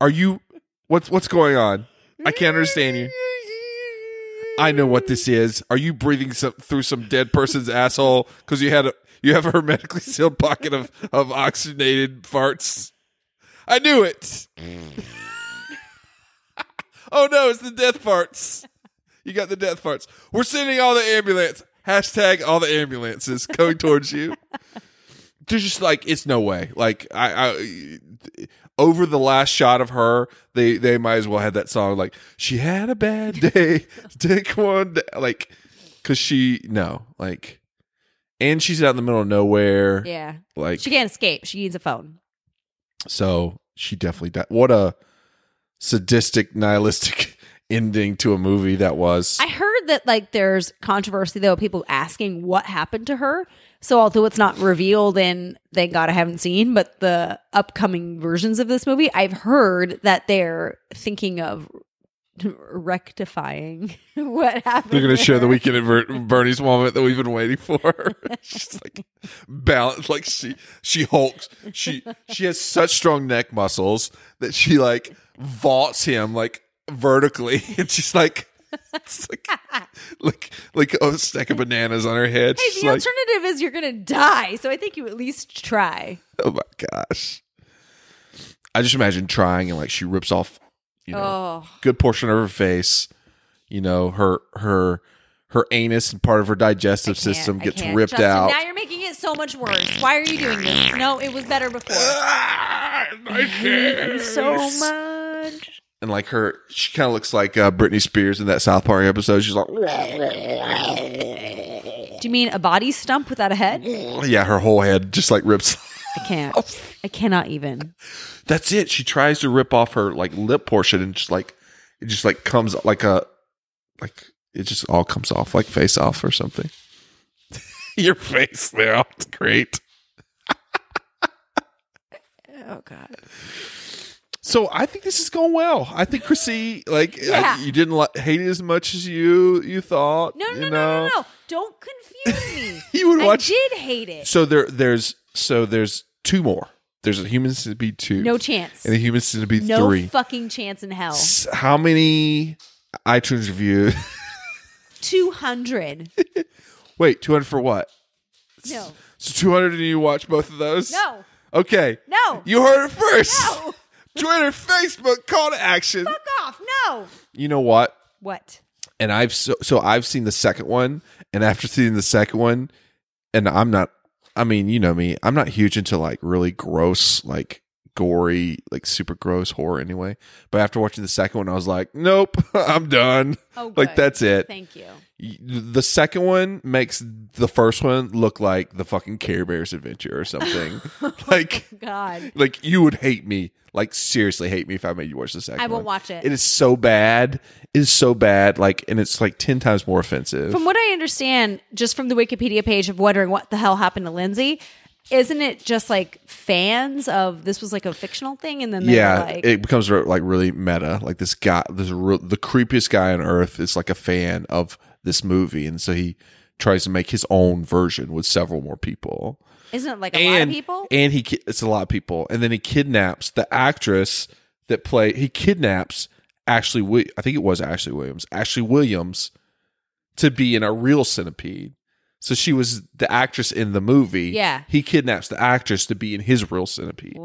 Are you what's what's going on? I can't understand you. I know what this is. Are you breathing some, through some dead person's asshole because you had a you have a hermetically sealed pocket of of oxygenated farts? I knew it. <laughs> oh no, it's the death farts. You got the death farts. We're sending all the ambulance. Hashtag all the ambulances going towards you. <laughs> There's just like it's no way. Like I, I over the last shot of her, they they might as well have that song like she had <laughs> a bad day. Take one da-" like because she no like, and she's out in the middle of nowhere. Yeah. like she can't escape. She needs a phone. so she definitely died. What a sadistic, nihilistic <laughs> ending to a movie that was. I heard that like there's controversy though, people asking what happened to her. So although it's not revealed in thank God I haven't seen, but the upcoming versions of this movie, I've heard that they're thinking of rectifying <laughs> what happened. <laughs> They're going to to share her. the weekend at Ver- Bernie's moment that we've been <laughs> waiting for. <laughs> She's like balanced, like she she hulks. She she has such strong neck muscles that she like vaults him like vertically, <laughs> and she's like. It's like, like, like a stack of bananas on her head. Hey, She's the like, alternative is you're gonna die. So I think you at least try. <laughs> Oh my gosh. I just imagine trying and like she rips off you know Oh. good portion of her face, you know, her her her anus and part of her digestive system I gets can't. ripped Justin, out. Now you're making it so much worse. Why are you doing this? No, it was better before. <laughs> so much. and like her she kind of looks like uh, Britney Spears in that South Park episode. She's like Do you mean a body stump without a head? yeah, Oh. her whole head just like rips. I can't. I cannot even. <laughs> That's it. She tries to rip off her like lip portion and just like it just like comes like a like it just all comes off like face off or something. <laughs> Your face now. It's great. Oh God. So I think this is going well. I think Chrissy, like, I- Yeah. you didn't li- hate it as much as you you thought. No, you no, no, know? no, no, no. Don't confuse me. <laughs> You would I watch- did hate it. So there, there's so there's two more. There's a human centipede two. No chance. And a human centipede no three. fucking chance in hell. S- How many iTunes reviews? <laughs> Two hundred. Wait, two hundred for what? No. So two hundred, and you watch both of those? No. Okay. No. You heard it first. No. <laughs> Twitter, Facebook, call to action. Fuck off. No. You know what? What? and I've so, so I've seen the second one, and after seeing the second one, and I'm not, I mean, you know me, I'm not huge into like really gross, like gory, like super gross horror anyway. But after watching the second one, I was like, nope, <laughs> I'm done. Oh, good. like that's it. Thank you. Y- The second one makes the first one look like the fucking Care Bears adventure or <laughs> something. like, God. like you would hate me. Like seriously, hate me if I made you watch the second. I won't one. watch it. It is so bad. It is so bad. Like, and it's like ten times more offensive. From what I understand, just from the Wikipedia page of wondering what the hell happened to Lindsay, isn't it just like fans of this was like a fictional thing, and then they yeah, were like, it becomes re- like really meta. Like this guy, this real, the creepiest guy on earth is like a fan of this movie, and so he tries to make his own version with several more people. isn't it like a and, lot of people? And he, ki- it's a lot of people, and then he kidnaps the actress that play. He kidnaps Ashley. Wi- I think it was Ashley Williams. Ashley Williams to be in a real centipede. So she was the actress in the movie. Yeah. He kidnaps the actress to be in his real centipede.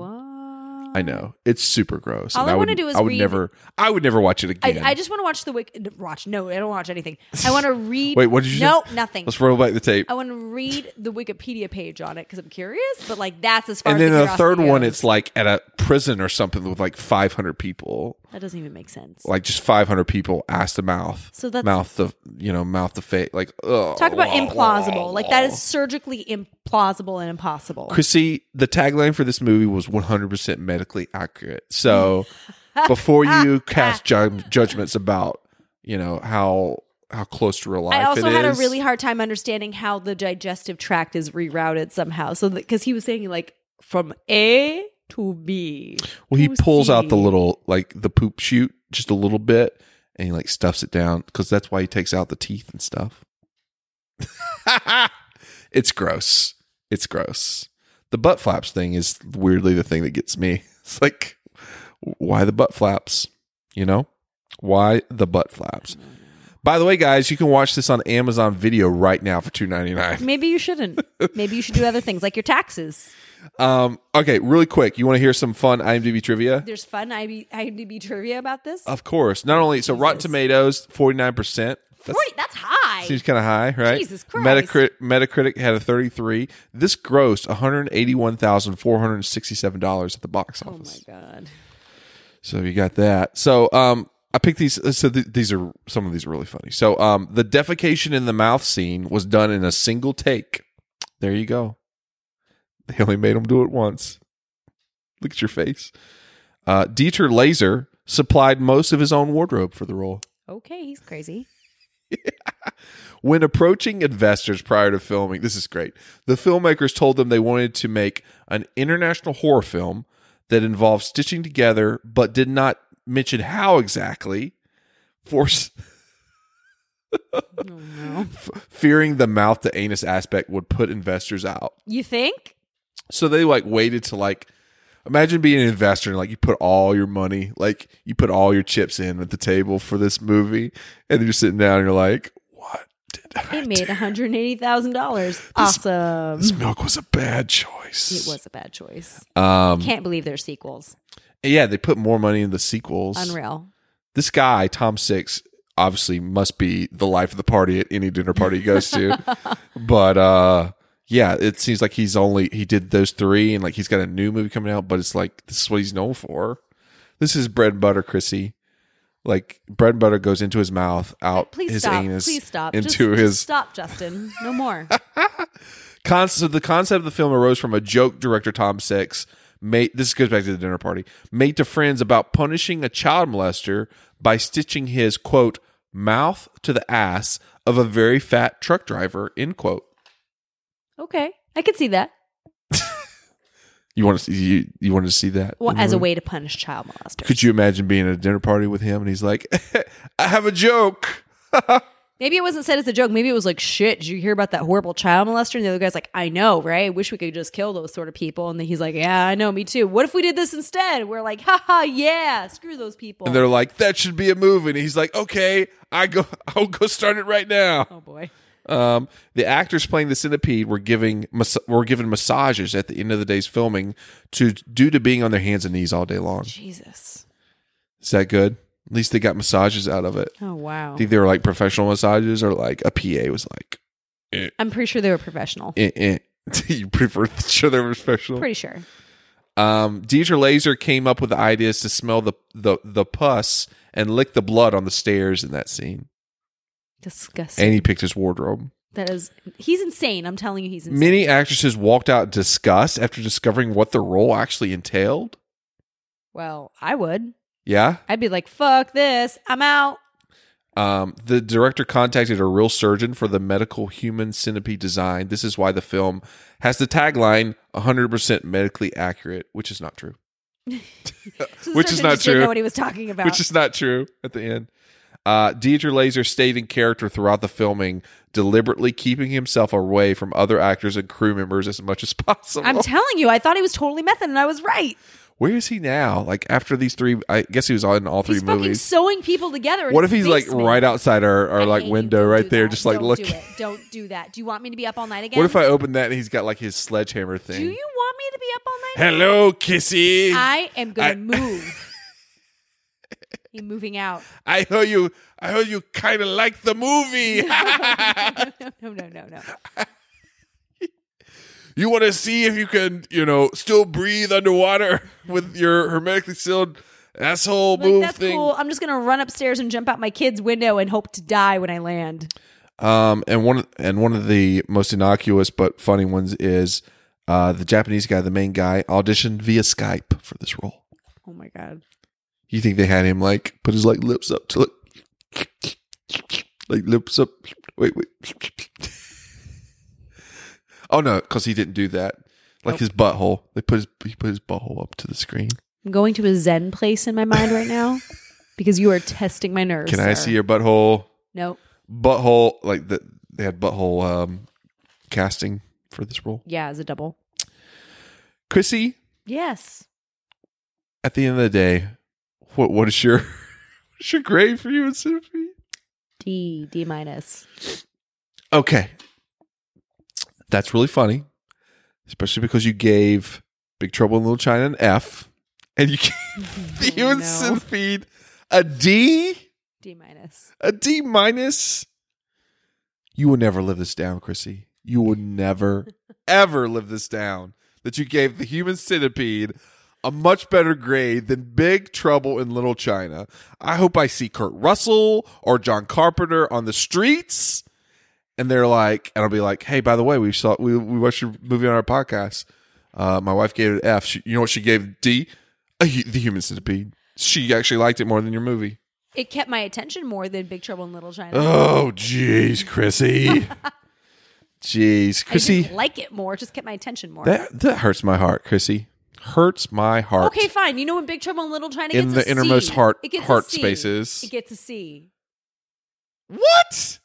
I know. It's super gross. All and I I, wanna would, do is I would read- never I would never watch it again. I, I just want to watch the wiki. Watch no, I don't watch anything. I want to <laughs> read. Wait, what did you No, say? nothing. Let's roll back the tape. I want to read the Wikipedia page on it because I'm curious. But like that's as far. and as then the the third curiosity one goes. it's like at a prison or something with like 500 people. that doesn't even make sense. Like just 500 people ass to mouth. So that's- mouth the you know mouth the face like ugh. Talk about implausible. Like that is surgically implausible and impossible. Chrissy, the tagline for this movie was 100% medically accurate. So <laughs> before you cast ju- judgments about, you know, how how close to real life I also it had a is, really hard time understanding how the digestive tract is rerouted somehow. So because he was saying like from A to B. Well, he to pulls out the C. little like the poop chute just a little bit, and he like stuffs it down because that's why he takes out the teeth and stuff. <laughs> it's gross. It's gross. The butt flaps thing is weirdly the thing that gets me. <laughs> It's like, why the butt flaps? You know, why the butt flaps? By the way, guys, you can watch this on Amazon Video right now for two ninety nine. Maybe you <laughs> shouldn't. Maybe you should do other things like your taxes. Um, okay, really quick, you want to hear some fun IMDb trivia? There's fun IB- IMDb trivia about this. Of course. Not only so Rotten Tomatoes, forty nine percent. That Wait, that's high. seems kinda high, right? Jesus Christ. Metacritic Metacritic had a thirty three. This grossed one hundred and eighty one thousand four hundred and sixty seven dollars at the box office. Oh my god. So you got that. So um I picked these so th- these are some of these are really funny. So um the defecation in the mouth scene was done in a single take. There you go. They only made him do it once. Look at your face. Uh, Dieter Laser supplied most of his own wardrobe for the role. Okay, he's crazy. When approaching investors prior to filming, this is great. The filmmakers told them they wanted to make an international horror film that involved stitching together, but did not mention how exactly. Force. <laughs> F- fearing the mouth to anus aspect would put investors out. You think? So they like waited to like imagine being an investor and like you put all your money, like you put all your chips in at the table for this movie, and you're sitting down and you're like, It made $180,000. Awesome. This milk was a bad choice. It was a bad choice. Um, Can't believe there's sequels. yeah, they put more money in the sequels. Unreal. This guy, Tom Six, obviously must be the life of the party at any dinner party he goes <laughs> to. but uh, yeah, it seems like he's only he did those three, and like he's got a new movie coming out. But it's like this is what he's known for. This is bread and butter, Chrissy. Like bread and butter goes into his mouth, out Please Oh, his stop. anus, Please stop. into Just- his just stop, Justin. No <laughs> more. Concept, so the concept of the film arose from a joke director Tom Six made. This goes back to the dinner party made to friends about punishing a child molester by stitching his quote mouth to the ass of a very fat truck driver end quote. okay. I could see that. You want to see you, you want to see that Well, in the as a movie? way to punish child molesters. Could you imagine being at a dinner party with him and he's like, <laughs> "I have a joke." Maybe it wasn't said as a joke. Maybe it was like, shit, did you hear about that horrible child molester? And the other guy's like, I know, right? I wish we could just kill those sort of people. And then he's like, yeah, I know, me too. What if we did this instead? We're like, haha, yeah, screw those people. And they're like, "That should be a movie." And he's like, "Okay, I go. <laughs> I'll go start it right now." Oh boy. Um, the actors playing the centipede were giving mas- were given massages at the end of the day's filming to due to being on their hands and knees all day long. Jesus. Is that good? At least they got massages out of it. Oh, wow. I think they were like professional massages, or like a PA was like, eh, I'm pretty sure they were professional. eh, eh. <laughs> "You prefer sure they were professional?" Pretty sure. Um, Dieter Laser came up with the ideas to smell the, the the pus and lick the blood on the stairs in that scene. Disgusting. and he picked his wardrobe. that is, he's insane. I'm telling you, he's insane. Many actresses walked out in disgust after discovering what the role actually entailed. well, I would. Yeah. I'd be like, fuck this. I'm out. Um, the director contacted a real surgeon for the medical human centipede design. This is why the film has the tagline 100% medically accurate, which is not true. So the which is surgeon not just didn't true. know what he was talking about. Which is not true at the end. Uh, Deidre Laser stayed in character throughout the filming, deliberately keeping himself away from other actors and crew members as much as <laughs> possible. I'm telling you, I thought he was totally method, and I was right. Where is he now? Like after these three, I guess he was on all three He's fucking movies. sewing people together. in what if his he's like basement. right outside our, our like hate window right there, just like Don't look? do it. Don't do that. Do you want me to be up all night again? What if I open that and he's got like his sledgehammer Do thing? you want me to be up all night? Hello, Kissy. I am gonna I- <laughs> move. I'm moving out. <laughs> I heard you. I heard you kind of like the movie. <laughs> <laughs> No, no, no, no. you want to see if you can, you know, still breathe underwater <laughs> with your hermetically sealed asshole Like, move that's thing. cool. I'm just gonna run upstairs and jump out my kid's window and hope to die when I land. Um, and one and one of the most innocuous but funny ones is uh, the Japanese guy, the main guy, auditioned via Skype for this role. Oh my god. You think they had him like put his like lips up to like, like lips up? Wait, wait. oh no, because he didn't do that. Like Nope. his butthole, they put his he put his butthole up to the screen. I'm going to a zen place in my mind right <laughs> now because you are testing my nerves. Can I sir. see your butthole? Nope. Butthole, like the, they had butthole um, casting for this role. Yeah, as a double. Chrissy, Yes. at the end of the day, what what is your <laughs> what's your grade for you in Centipede? D D minus. Okay. That's really funny. Especially because you gave Big Trouble in Little China an F and you <laughs> gave the human centipede a D? D minus. A D minus. You will never live this down, Chrissy. You will never, ever live this down. That you gave the human centipede a much better grade than Big Trouble in Little China. I hope I see Kurt Russell or John Carpenter on the streets. And they're like, and I'll be like, hey, by the way, we saw we, we watched your movie on our podcast. Uh, my wife gave it an F. She, you know what she gave D? A, hu- the Human Centipede. She actually liked it more than your movie. It kept my attention more than Big Trouble in Little China. Oh, jeez, Chrissy. <laughs> jeez, I Chrissy. didn't like it more. It just kept my attention more. That that hurts my heart, Chrissy. Hurts my heart. Okay, fine. You know when Big Trouble in Little China In gets a the innermost C. heart- it gets a heart C. spaces. It gets a C. What?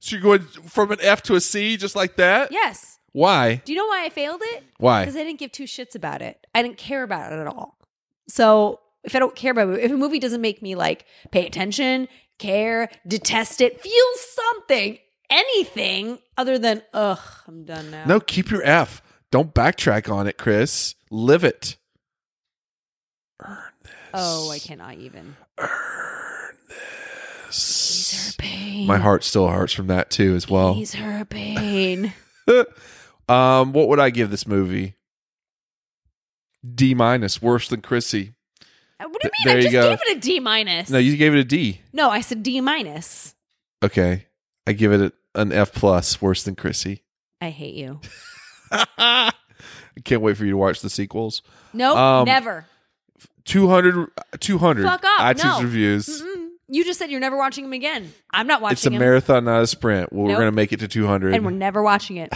So you're going from an F to a C just like that? Yes. Why? Do you know why I failed it? Why? Because I didn't give two shits about it. I didn't care about it at all. So if I don't care about it, if a movie doesn't make me like pay attention, care, detest it, feel something, anything other than ugh, I'm done now. No, keep your F. Don't backtrack on it, Chris. Live it. Oh, I cannot even. These are a pain. My heart still hurts from that too as well. These are a pain. <laughs> <laughs> um, what would I give this movie? D minus, worse than Chrissy. Uh, What do you Th- mean? there I you just go. gave it a D minus. No, you gave it a D. No, I said D minus. Okay. I give it a- an F plus, worse than Chrissy. I hate you. I can't wait for you to watch the sequels. Nope, Um, never. 200, 200 Fuck off. iTunes no. reviews. Mm-mm. You just said you're never watching him again. I'm not watching It's a him. marathon, not a sprint. Well, Nope. We're going to make it to 200. and we're never watching <laughs> it.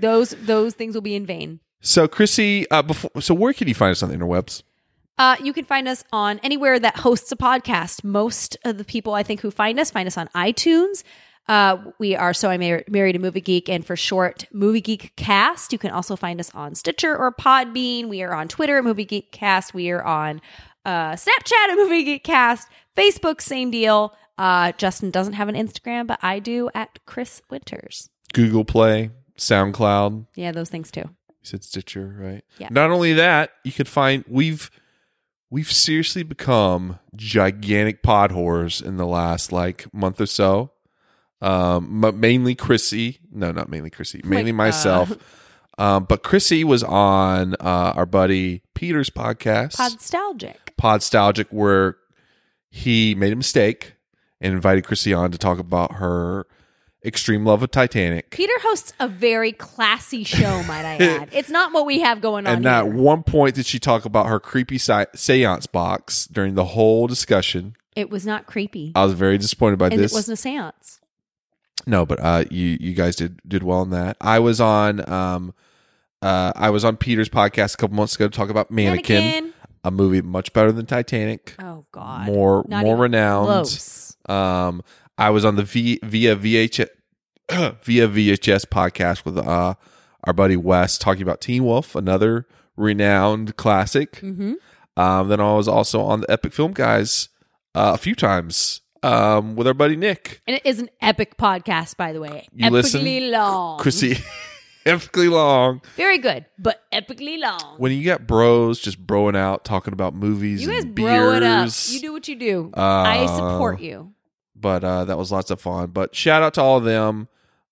those those things will be in vain. so, Chrissy, uh, before, so where can you find us on the interwebs? Uh, you can find us on anywhere that hosts a podcast. Most of the people I think who find us find us on iTunes. Uh, we are So I Mar- Married a Movie Geek and for short, Movie Geek Cast. You can also find us on Stitcher or Podbean. We are on Twitter at Movie Geek Cast. We are on uh, Snapchat at Movie Geek Cast. Facebook, same deal. Uh, Justin doesn't have an Instagram, but I do at Chris Winters. Google Play, SoundCloud. You Yeah, those things too. said Stitcher, right? Yeah. Not only that, you could find, we've, we've seriously become gigantic pod whores in the last like month or so. Um, but mainly Chrissy. No, not mainly Chrissy. Mainly myself. Um, but Chrissy was on uh, our buddy Peter's podcast, Podstalgic. Podstalgic, where he made a mistake and invited Chrissy on to talk about her extreme love of Titanic. Peter hosts a very classy show, might I <laughs> add. It's not what we have going on. And at here. one point, did she talk about her creepy si- seance box during the whole discussion? It was not creepy. I was very disappointed by and Uh, this. it wasn't a séance. No, but uh, you you guys did did well on that. I was on um, uh, I was on Peter's podcast a couple months ago to talk about Mannequin, Mannequin. a movie much better than Titanic. Oh God, more Not more even renowned. close. Um, I was on the v, via VHS <clears throat> via VHS podcast with uh our buddy Wes talking about Teen Wolf, another renowned classic. Mm-hmm. Um, then I was also on the Epic Film Guys uh, a few times um, with our buddy Nick. And it is an epic podcast, by the way. You epically listen, long. Chrissy, <laughs> epically long. Very good, but epically long. When you got bros just broing out talking about movies You guys and bro it up. beers. You do what you do. Uh, I support you. But uh, that was lots of fun. But shout out to all of them.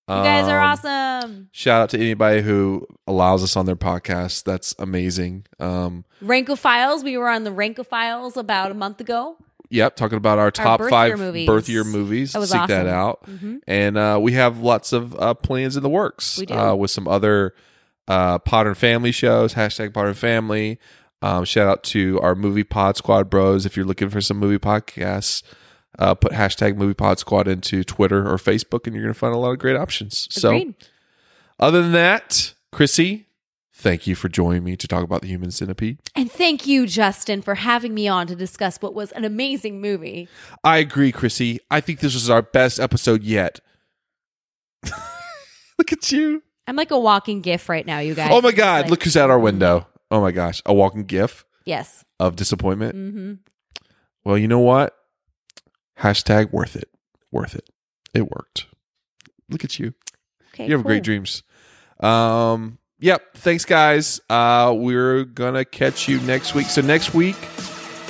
You guys are Um, awesome. Shout out to anybody who allows us on their podcast. That's amazing. Um, Rankle Files. We were on the Rankle Files about a month ago. Yep, talking about our top birth five year movies. birth year movies. That was Seek awesome. that out, Mhm. and uh, we have lots of uh, plans in the works We do. Uh, with some other uh, Potter and Family shows. Hashtag Potter and Family. Um, shout out to our Movie Pod Squad bros. If you're looking for some movie podcasts, uh, put hashtag Movie Pod Squad into Twitter or Facebook, and you're going to find a lot of great options. Agreed. So, other than that, Chrissy, thank you for joining me to talk about the Human Centipede. And thank you, Justin, for having me on to discuss what was an amazing movie. I agree, Chrissy. I think this was our best episode yet. <laughs> look at you. I'm like a walking gif right now, you guys. oh my It's God. like- Look who's at our window. Oh my gosh. A walking gif Yes. of disappointment. Mm-hmm. Well, you know what? Hashtag worth it. Worth it. It worked. Look at you. Okay, you have great cool. dreams. Um, yep. Thanks, guys. Uh, we're going to catch you next week. So, next week,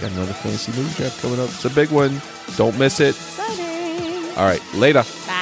got another fantasy movie draft coming up. It's a big one. Don't miss it. All right. Later. Bye.